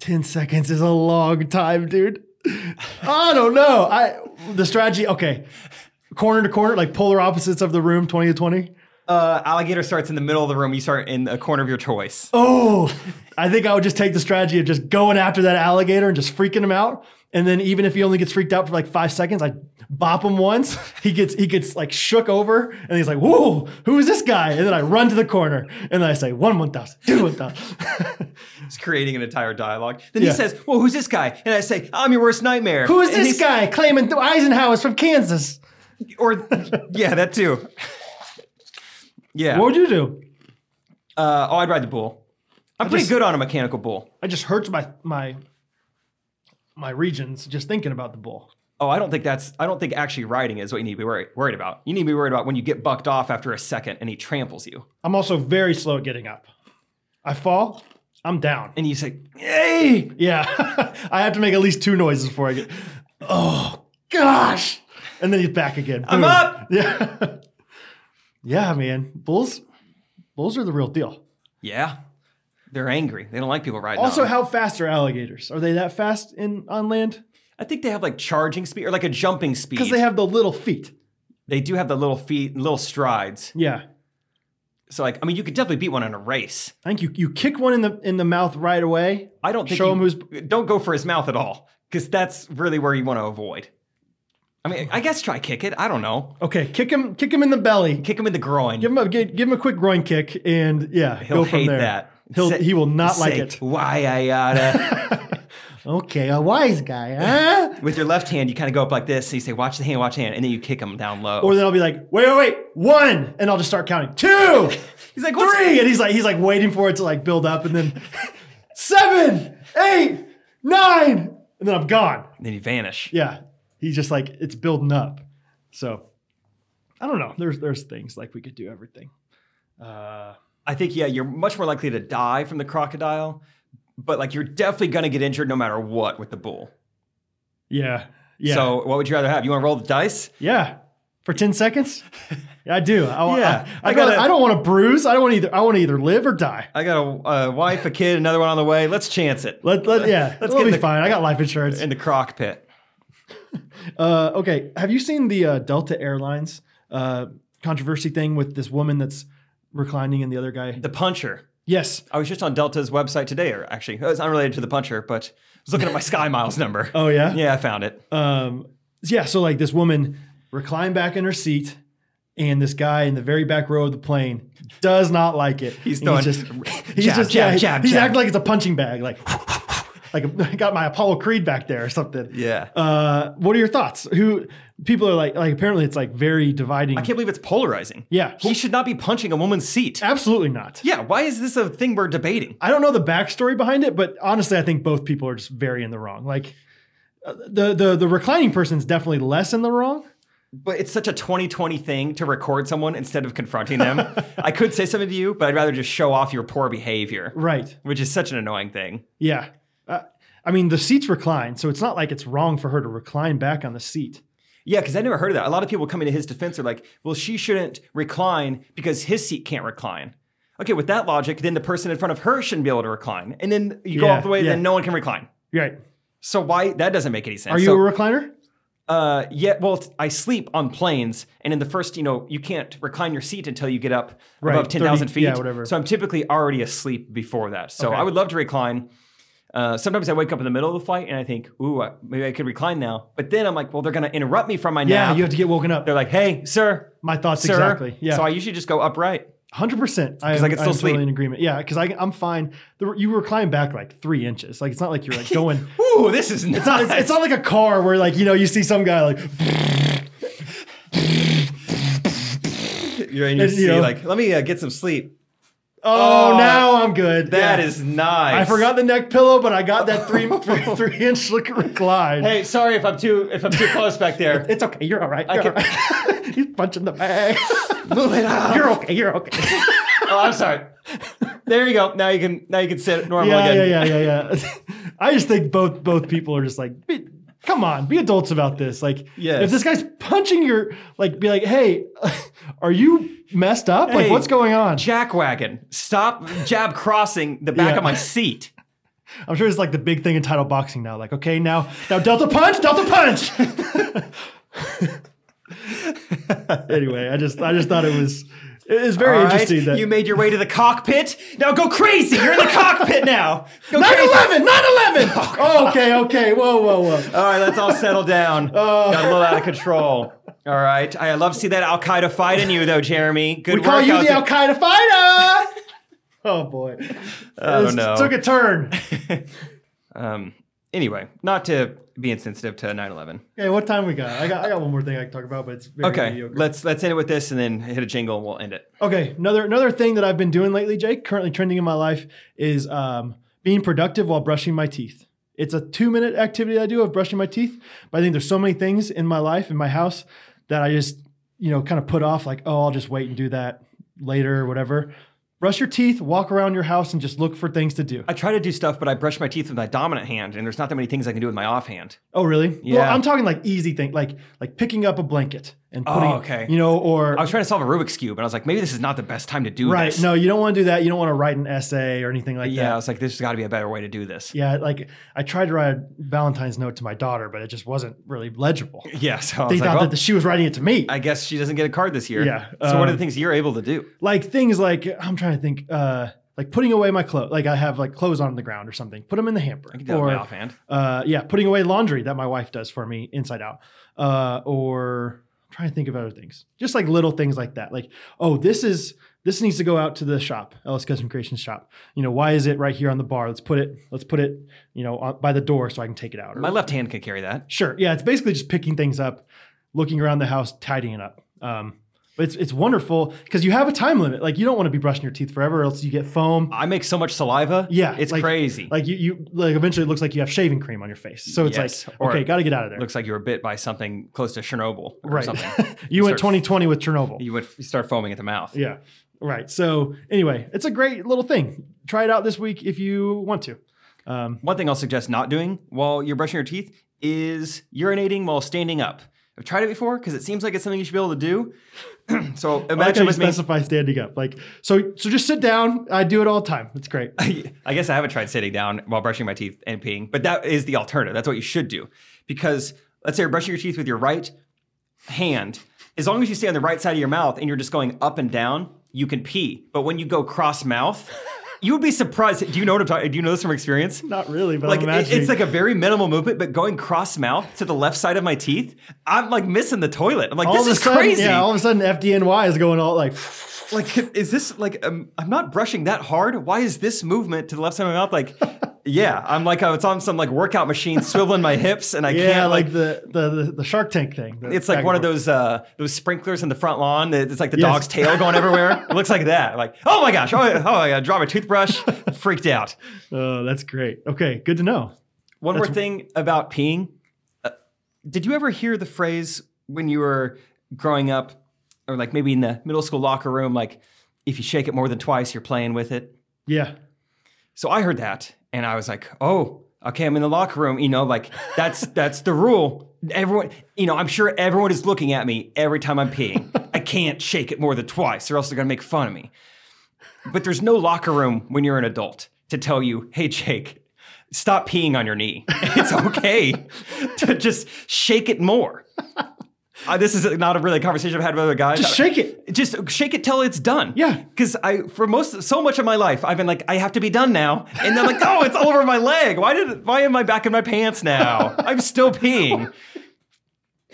ten seconds is a long time, dude. I don't know. I the strategy. Okay, corner to corner, like polar opposites of the room, twenty to twenty.
Uh, alligator starts in the middle of the room. You start in a corner of your choice.
Oh, I think I would just take the strategy of just going after that alligator and just freaking him out. And then even if he only gets freaked out for like five seconds, I bop him once. He gets he gets like shook over, and he's like, "Whoa, who is this guy?" And then I run to the corner, and then I say, "One one thousand, two one
<laughs>
thousand."
He's creating an entire dialogue. Then
Yeah.
he says, "Well, who's this guy?" And I say, "I'm your worst nightmare."
who is
And
this
he's-
guy claiming th- Eisenhower's from Kansas?
Or yeah, that too. yeah.
What would you do?
Uh, oh, I'd ride the bull. I'm pretty
just-
good on a mechanical bull.
I just hurts my my my regions just thinking about the bull.
Oh, I don't think that's. I don't think actually riding is what you need to be worried, worried about. You need to be worried about when you get bucked off after a second and he tramples you,
I'm also very slow at getting up. I fall, I'm down.
and you say, "Hey!"
Yeah, <laughs> I have to make at least two noises before I get. Oh gosh! And then he's back again.
I'm
Boom.
up!
<laughs> Yeah, yeah, man. Bulls, bulls are the real deal.
Yeah, they're angry. They don't like people riding.
Also,
on 'em.
how fast are alligators? Are they that fast in on land?
I think they have like charging speed or like a jumping speed.
Because they have the little feet.
they do have the little feet, and little strides.
Yeah,
So like, I mean, you could definitely beat one in a race.
I think you you kick one in the in the mouth right away.
I don't think
Show
you-
him who's.
Don't go for his mouth at all, because that's really where you want to avoid. I mean, I guess try kick it. I don't know.
Okay, kick him, kick him in the belly.
Kick him in the groin.
Give him a give, give him a quick groin kick, and yeah,
He'll
go from
hate
there.
that.
He'll
Say-
he will not like
say,
it.
Why I uh, gotta.
<laughs> Okay, a wise guy, huh?
<laughs> With your left hand, you kind of go up like this, and you say, "Watch the hand, watch the hand," and then you kick him down low.
Or then I'll be like, wait, wait, wait, one, and I'll just start counting two,
he's like, <laughs> "What's-"
three, and he's like, he's like waiting for it to like build up,
<laughs>
and then seven, eight, nine, and then I'm gone.
And then you vanish.
Yeah, he's just like it's building up. So I don't know. There's there's things like we could do everything. Uh,
I think yeah, you're much more likely to die from the crocodile, but like you're definitely gonna get injured no matter what with the bull.
yeah, yeah,
So what would you rather have? You want to roll the dice?
yeah. For ten
<laughs>
seconds, yeah, I do. I,
Yeah,
yeah, I,
I
I,
gotta-
I don't want to bruise. I don't want either. I want to either live or die.
I got a, a wife, a kid, another one on the way. Let's chance it
Let, let yeah,
Let's
let's will
get
be
the-
fine. I got life insurance.
in the croc pit.
Uh, okay, have you seen the uh, Delta Airlines uh, controversy thing with this woman that's reclining and the other guy?
The puncher.
Yes.
I was just on Delta's website today, or actually, it's unrelated to the puncher, but I was looking
<laughs>
at my Sky Miles number.
Oh yeah.
Yeah, I found it.
Um, yeah. So like this woman reclined back in her seat, and this guy in the very back row of the plane does not like it.
He's
And
throwing
just
<laughs>
he's
jab,
just
jab,
yeah,
jab,
he's
jab.
acting like it's a punching bag, like like <laughs> I got my Apollo Creed back there or something.
Yeah.
Uh, what are your thoughts? Who people are like like apparently it's like very dividing.
I can't believe it's polarizing.
Uh-huh. yeah.
He should not be punching a woman's seat.
Absolutely not.
Yeah, why is this a thing we're debating?
I don't know the backstory behind it, but honestly, I think both people are just very in the wrong. Like uh, the the the reclining person's definitely less in the wrong.
But it's such a 2020 thing to record someone instead of confronting
<laughs>
them. I could say something to you, but I'd rather just show off your poor behavior,
Right.
which is such an annoying thing.
Yeah. Uh, I mean, the seat's reclined, so it's not like it's wrong for her to recline back on the seat.
Yeah, because I never heard of that. A lot of people coming to his defense are like, well, she shouldn't recline because his seat can't recline. Okay, with that logic, then the person in front of her shouldn't be able to recline. And then you go
Yeah,
off the way,
yeah.
then no one can recline.
You're right.
So why? That doesn't make any sense.
Are you
So-
a recliner?
uh yeah well t- i sleep on planes and in the first you know you can't recline your seat until you get up
Right,
above 10000
30
feet
yeah, whatever.
so i'm typically already asleep before that so
Okay.
i would love to recline uh, sometimes I wake up in the middle of the flight and I think, ooh, I, maybe I could recline now. But then I'm like, well, they're going to interrupt me from my
Yeah,
nap.
you have to get woken up.
they're like, hey, sir,
My thoughts
sir.
exactly. Yeah,
So I usually just go upright.
hundred percent. I
I can
am-
still
I'm
sleep.
totally in agreement. Yeah, because I'm fine. The, you recline back like three inches. Like it's not like you're like going.
<laughs> Ooh, this is nuts.
It's not, it's, it's not like a car where like you know you see some guy like
You're in your
it's, you
seat,
know-
like, let me uh, get some sleep. <laughs>
oh,
Oh,
now I'm good.
That
Yeah.
is nice.
I forgot the neck pillow, but I got that three <laughs> three, three inch look recline.
Hey, sorry if I'm too if I'm too close back
<laughs>
there.
It's okay. You're all right.
I
You're all
can-
right. <laughs> He's punching the <laughs> bag.
Move it up.
You're okay. You're okay.
Oh, I'm sorry. There you go. Now you can now you can sit normal
Yeah, yeah,
again.
yeah, yeah, yeah. <laughs> I just think both both people are just like, be, come on, be adults about this. Like,
Yes.
if this guy's punching your, like, be like, hey, <laughs> are you messed up?
Hey.
like, what's going on?
Jack wagon. Stop jab crossing the back
Yeah.
of my seat.
I'm sure it's like the big thing in title boxing now. Like, okay, now now Delta punch, Delta punch. <laughs> anyway, I just I just thought it was It is <laughs> very
All right,
interesting that
you made your way to the cockpit. Now go crazy. You're in the cockpit now.
<laughs>
Go
9
crazy.
11, 9
<laughs>
11. Oh, okay, okay. Whoa, whoa, whoa.
All right, let's all settle
<laughs>
down.
Oh.
Got a little out of control. All right. I love to see that Al Qaeda fight in you, though, Jeremy. Good
We call
work
you
out
the
there.
Al Qaeda fighter. <laughs> Oh, boy.
Oh,
This
no.
Took a turn.
um, anyway, not to be insensitive to 9 11.
Okay, what time we got? I got I got one more thing I can talk about, but it's very
Okay,
mediocre.
let's let's end it with this and then hit a jingle and we'll end it.
Okay, another another thing that I've been doing lately, Jake, currently trending in my life is um, being productive while brushing my teeth. It's a two minute activity I do of brushing my teeth, but I think there's so many things in my life in my house that I just you know kind of put off, like oh I'll just wait and do that later or whatever. Brush your teeth, walk around your house, and just look for things to do.
I try to do stuff, but I brush my teeth with my dominant hand, and there's not that many things I can do with my offhand.
Oh really? Well,
Yeah.
I'm talking like easy thing, like like picking up a blanket and
Oh,
putting, it-
okay.
you know, or
I was trying to solve a Rubik's cube, and I was like, maybe this is not the best time to do
right.
this.
No, you don't want to do that. You don't want to write an essay or anything like
Yeah,
that.
I was like, there's got to be a better way to do this.
Yeah, like I tried to write a Valentine's note to my daughter, but it just wasn't really legible.
Yeah, so <laughs> I
They
was
thought
like, well,
that she was writing it to me.
I guess she doesn't get a card this year.
Yeah,
So what are
um,
the things you're able to do?
like things like I'm trying to think, uh, like putting away my clothes. Like I have like clothes on the ground or something. Put them in the hamper.
I can do that
or
with my offhand.
uh, yeah, putting away laundry that my wife does for me inside out. Uh, or I'm trying to think of other things, just like little things like that. Like, oh, this is this needs to go out to the shop, Ellis Custom Creations shop. You know, why is it right here on the bar? Let's put it. Let's put it. You know, on, by the door so I can take it out. Or
My left hand can carry that.
Sure. Yeah, it's basically just picking things up, looking around the house, tidying it up. Um, but it's it's wonderful because you have a time limit. Like you don't want to be brushing your teeth forever, or else you get foam.
I make so much saliva.
Yeah,
It's
like-
crazy.
Like you, you like eventually it looks like you have shaving cream on your face. So it's
Yes,
like
or
okay, got to get out of there.
Looks like you were bit by something close to Chernobyl or
right.
something.
<laughs> you went
Start-
2020 with Chernobyl.
You would you start foaming at the mouth.
yeah. Right. So anyway, it's a great little thing. Try it out this week if you want to. Um,
One thing I'll suggest not doing while you're brushing your teeth is urinating while standing up. I've tried it before because it seems like it's something you should be able to do. <clears throat> so
I like how
imagine
you
with me.
specify standing up. Like so, so just sit down. I do it all the time. It's great.
<laughs> I guess I haven't tried sitting down while brushing my teeth and peeing, but that is the alternative. That's what you should do. Because let's say you're brushing your teeth with your right hand. As long as you stay on the right side of your mouth and you're just going up and down, you can pee. But when you go cross mouth, <laughs> you would be surprised. Do you know what I'm talking? Do you know this from experience?
Not really, but
Like
I'm
it-
imagining.
it's like a very minimal movement, but going cross mouth to the left side of my teeth, I'm like missing the toilet. I'm like,
all
this
of a
is
sudden,
crazy.
Yeah, all of a sudden FDNY is going all like,
like is this like um, i'm not brushing that hard why is this movement to the left side of my mouth
<laughs>
like yeah i'm like uh, it's on some like workout machine swiveling my hips and i
yeah,
can't like,
like, the, the the the Shark Tank thing. The
it's like
back
one of
and forth.
those uh those sprinklers in the front lawn that it's like the
Yes.
dog's tail going everywhere it looks like that like oh my gosh oh, oh i gotta drop a
<laughs>
toothbrush freaked out
Oh, that's great. Okay, good to know.
one more
That's-
thing about peeing Uh, did you ever hear the phrase when you were growing up or like maybe in the middle school locker room like if you shake it more than twice you're playing with it
Yeah,
So I heard that and I was like, oh, okay, I'm in the locker room. You know, like that's that's the rule. Everyone, you know, I'm sure everyone is looking at me every time I'm peeing. I can't shake it more than twice or else they're gonna make fun of me. But there's no locker room when you're an adult to tell you, hey Jake, stop peeing on your knee. <laughs> It's okay to just shake it more. Uh, this is not a really conversation I've had with other guys.
just shake it.
Just shake it till it's done.
Yeah.
Because I, for most, so much of my life, I've been like, I have to be done now, and then like, <laughs> oh, it's all over my leg. Why did? Why am I back in my pants
<laughs>
now? I'm still peeing.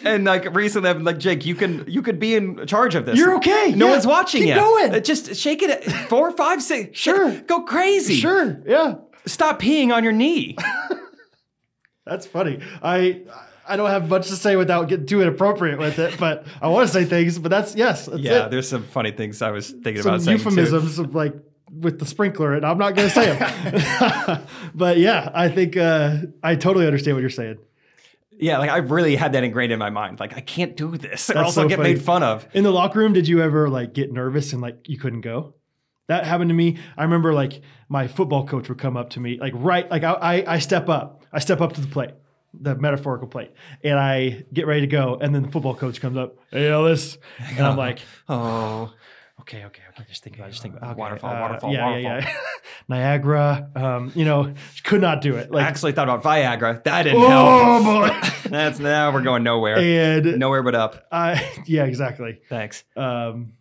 And like recently, I've been like, Jake, you can you could be in charge of this.
You're okay.
No
Yeah.
one's watching
Keep
you.
going.
Uh, Just shake it at four, five, six. uh,
Sure.
Go crazy.
Sure. Yeah,
Stop peeing on your knee.
that's funny. I I don't have much to say without getting too inappropriate with it, but I want to say things. But that's yes, that's
yeah.
it.
There's some funny things I was thinking
Some
about saying. Too.
euphemisms of like with the sprinkler, and I'm not going to say them.
<laughs>
<laughs> but yeah, I think uh, I totally understand what you're saying.
Yeah. Like I really had that ingrained in my mind. Like I can't do this, or
That's
else
so
I'll get
funny.
made fun of.
In the locker room, did you ever like get nervous and like you couldn't go? That happened to me. I remember like my football coach would come up to me, like right, like I, I, I step up, I step up to the plate, the metaphorical plate, and I get ready to go, and then the football coach comes up, hey Ellis, and
<laughs>
I'm like,
Oh.
<sighs> okay, okay, okay, just think about, it, just think
about it. Waterfall,
uh,
Oh, waterfall,
yeah, yeah,
waterfall.
yeah. <laughs> Niagara, um, you know, could not do it.
I
Like,
actually thought about Viagra. That didn't help.
oh boy, <laughs>
That's now we're going nowhere.
and
nowhere but up.
I, yeah, exactly.
Thanks.
Um,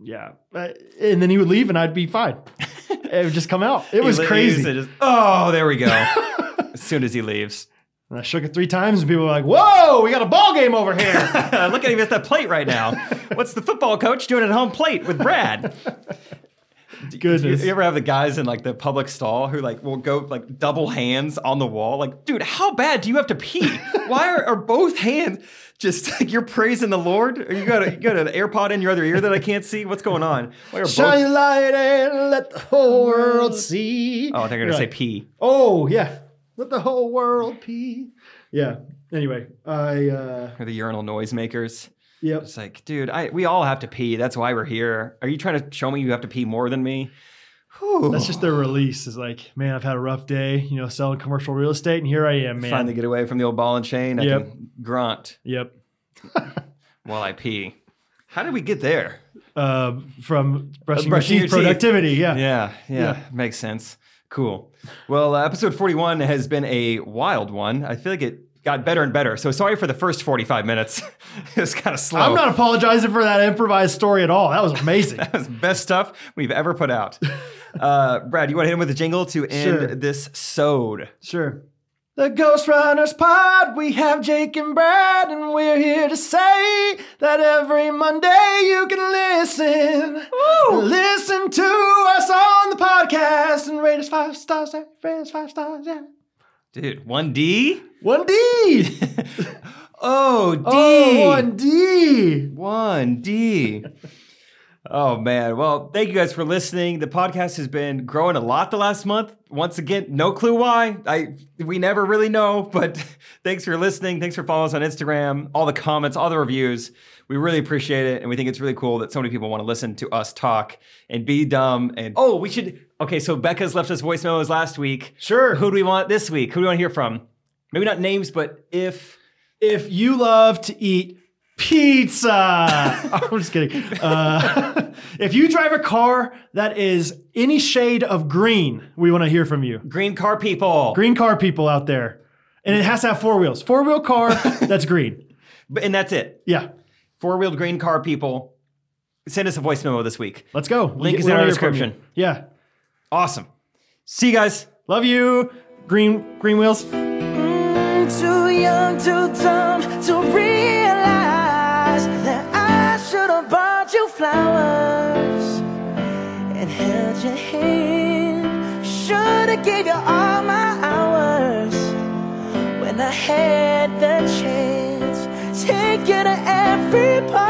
yeah. Uh, and then he would leave, and I'd
<laughs>
be fine. it would just come out. It was
He leaves
crazy.
and just- oh, there we
<laughs>
go. as soon as he leaves, <laughs>
And I shook it three times, and people were like, "Whoa, we got a ball game over
<laughs>
here."
Look at him at that plate right
<laughs>
now. What's the football coach doing at home plate with Brad?
Goodness.
You, you ever have the guys in like the public stall who like will go like double hands on the wall? Like, dude, how bad do you have to pee? Why are, are both hands just <laughs> like you're praising the Lord? Or you got a, you got an AirPod in your other ear that I can't see? What's going on? Why are both-
Shine your light and let the whole world see.
Mm. oh, they're
You're
gonna say
like,
pee.
Oh yeah, let the whole world pee. Yeah. Anyway, I uh,
Or the urinal noisemakers.
yep.
It's like, dude, I we all have to pee. That's why we're here. Are you trying to show me you have to pee more than me? Whew.
That's just their release. Is like, man, I've had a rough day. You know, selling commercial real estate, and here I am, man.
Finally get away from the old ball and chain. I
Yep.
can grunt
Yep.
while I pee. How did we get there?
Uh, from brushing,
brushing
your
your
teeth,
teeth.
productivity. Yeah.
Yeah, yeah,
Yeah.
makes sense. Cool. Well, uh, episode 41 has been a wild one. I feel like it got better and better. So sorry for the first 45 minutes. <laughs> it was kind of slow.
I'm not apologizing for that improvised story at all. That was
<laughs>
amazing.
That was the best stuff we've ever put
<laughs>
out. uh, Brad, you want to hit him with a jingle to end
Sure.
this sode?
Sure. The Ghost Runners Pod, we have Jake and Brad, and we're here to say that every Monday you can listen. Listen to us on the podcast and rate us five stars. Yeah, rate us five stars. Yeah.
Dude, 1D?
One D.
Oh, D.
Oh, one D.
One D. oh man. Well, thank you guys for listening. The podcast has been growing a lot the last month. Once again, no clue why. I we never really know, but <laughs> thanks for listening. Thanks for following us on Instagram, all the comments, all the reviews. We really appreciate it. And we think it's really cool that so many people want to listen to us talk and be dumb and oh, we should okay, so Becca's left us voice memos last week.
Sure.
Who do we want this week? Who do we want to hear from? Maybe not names, but if
If you love to eat pizza, <laughs> I'm just kidding. Uh, <laughs> if you drive a car that is any shade of green, we want to hear from you.
green car people.
green car people out there. And it has to have four wheels. Four
<laughs>
wheel car that's green.
And that's it.
Yeah.
four wheeled green car people, send us a voice memo this week.
Let's go.
Link
We-
is
we
in our
wanna hear from you.
description.
Yeah.
Awesome. See you guys.
Love you. Green green wheels.
Too young, too dumb to realize that I should have bought you flowers and held your hand. Should have gave you all my hours when I had the chance. Take you to every part.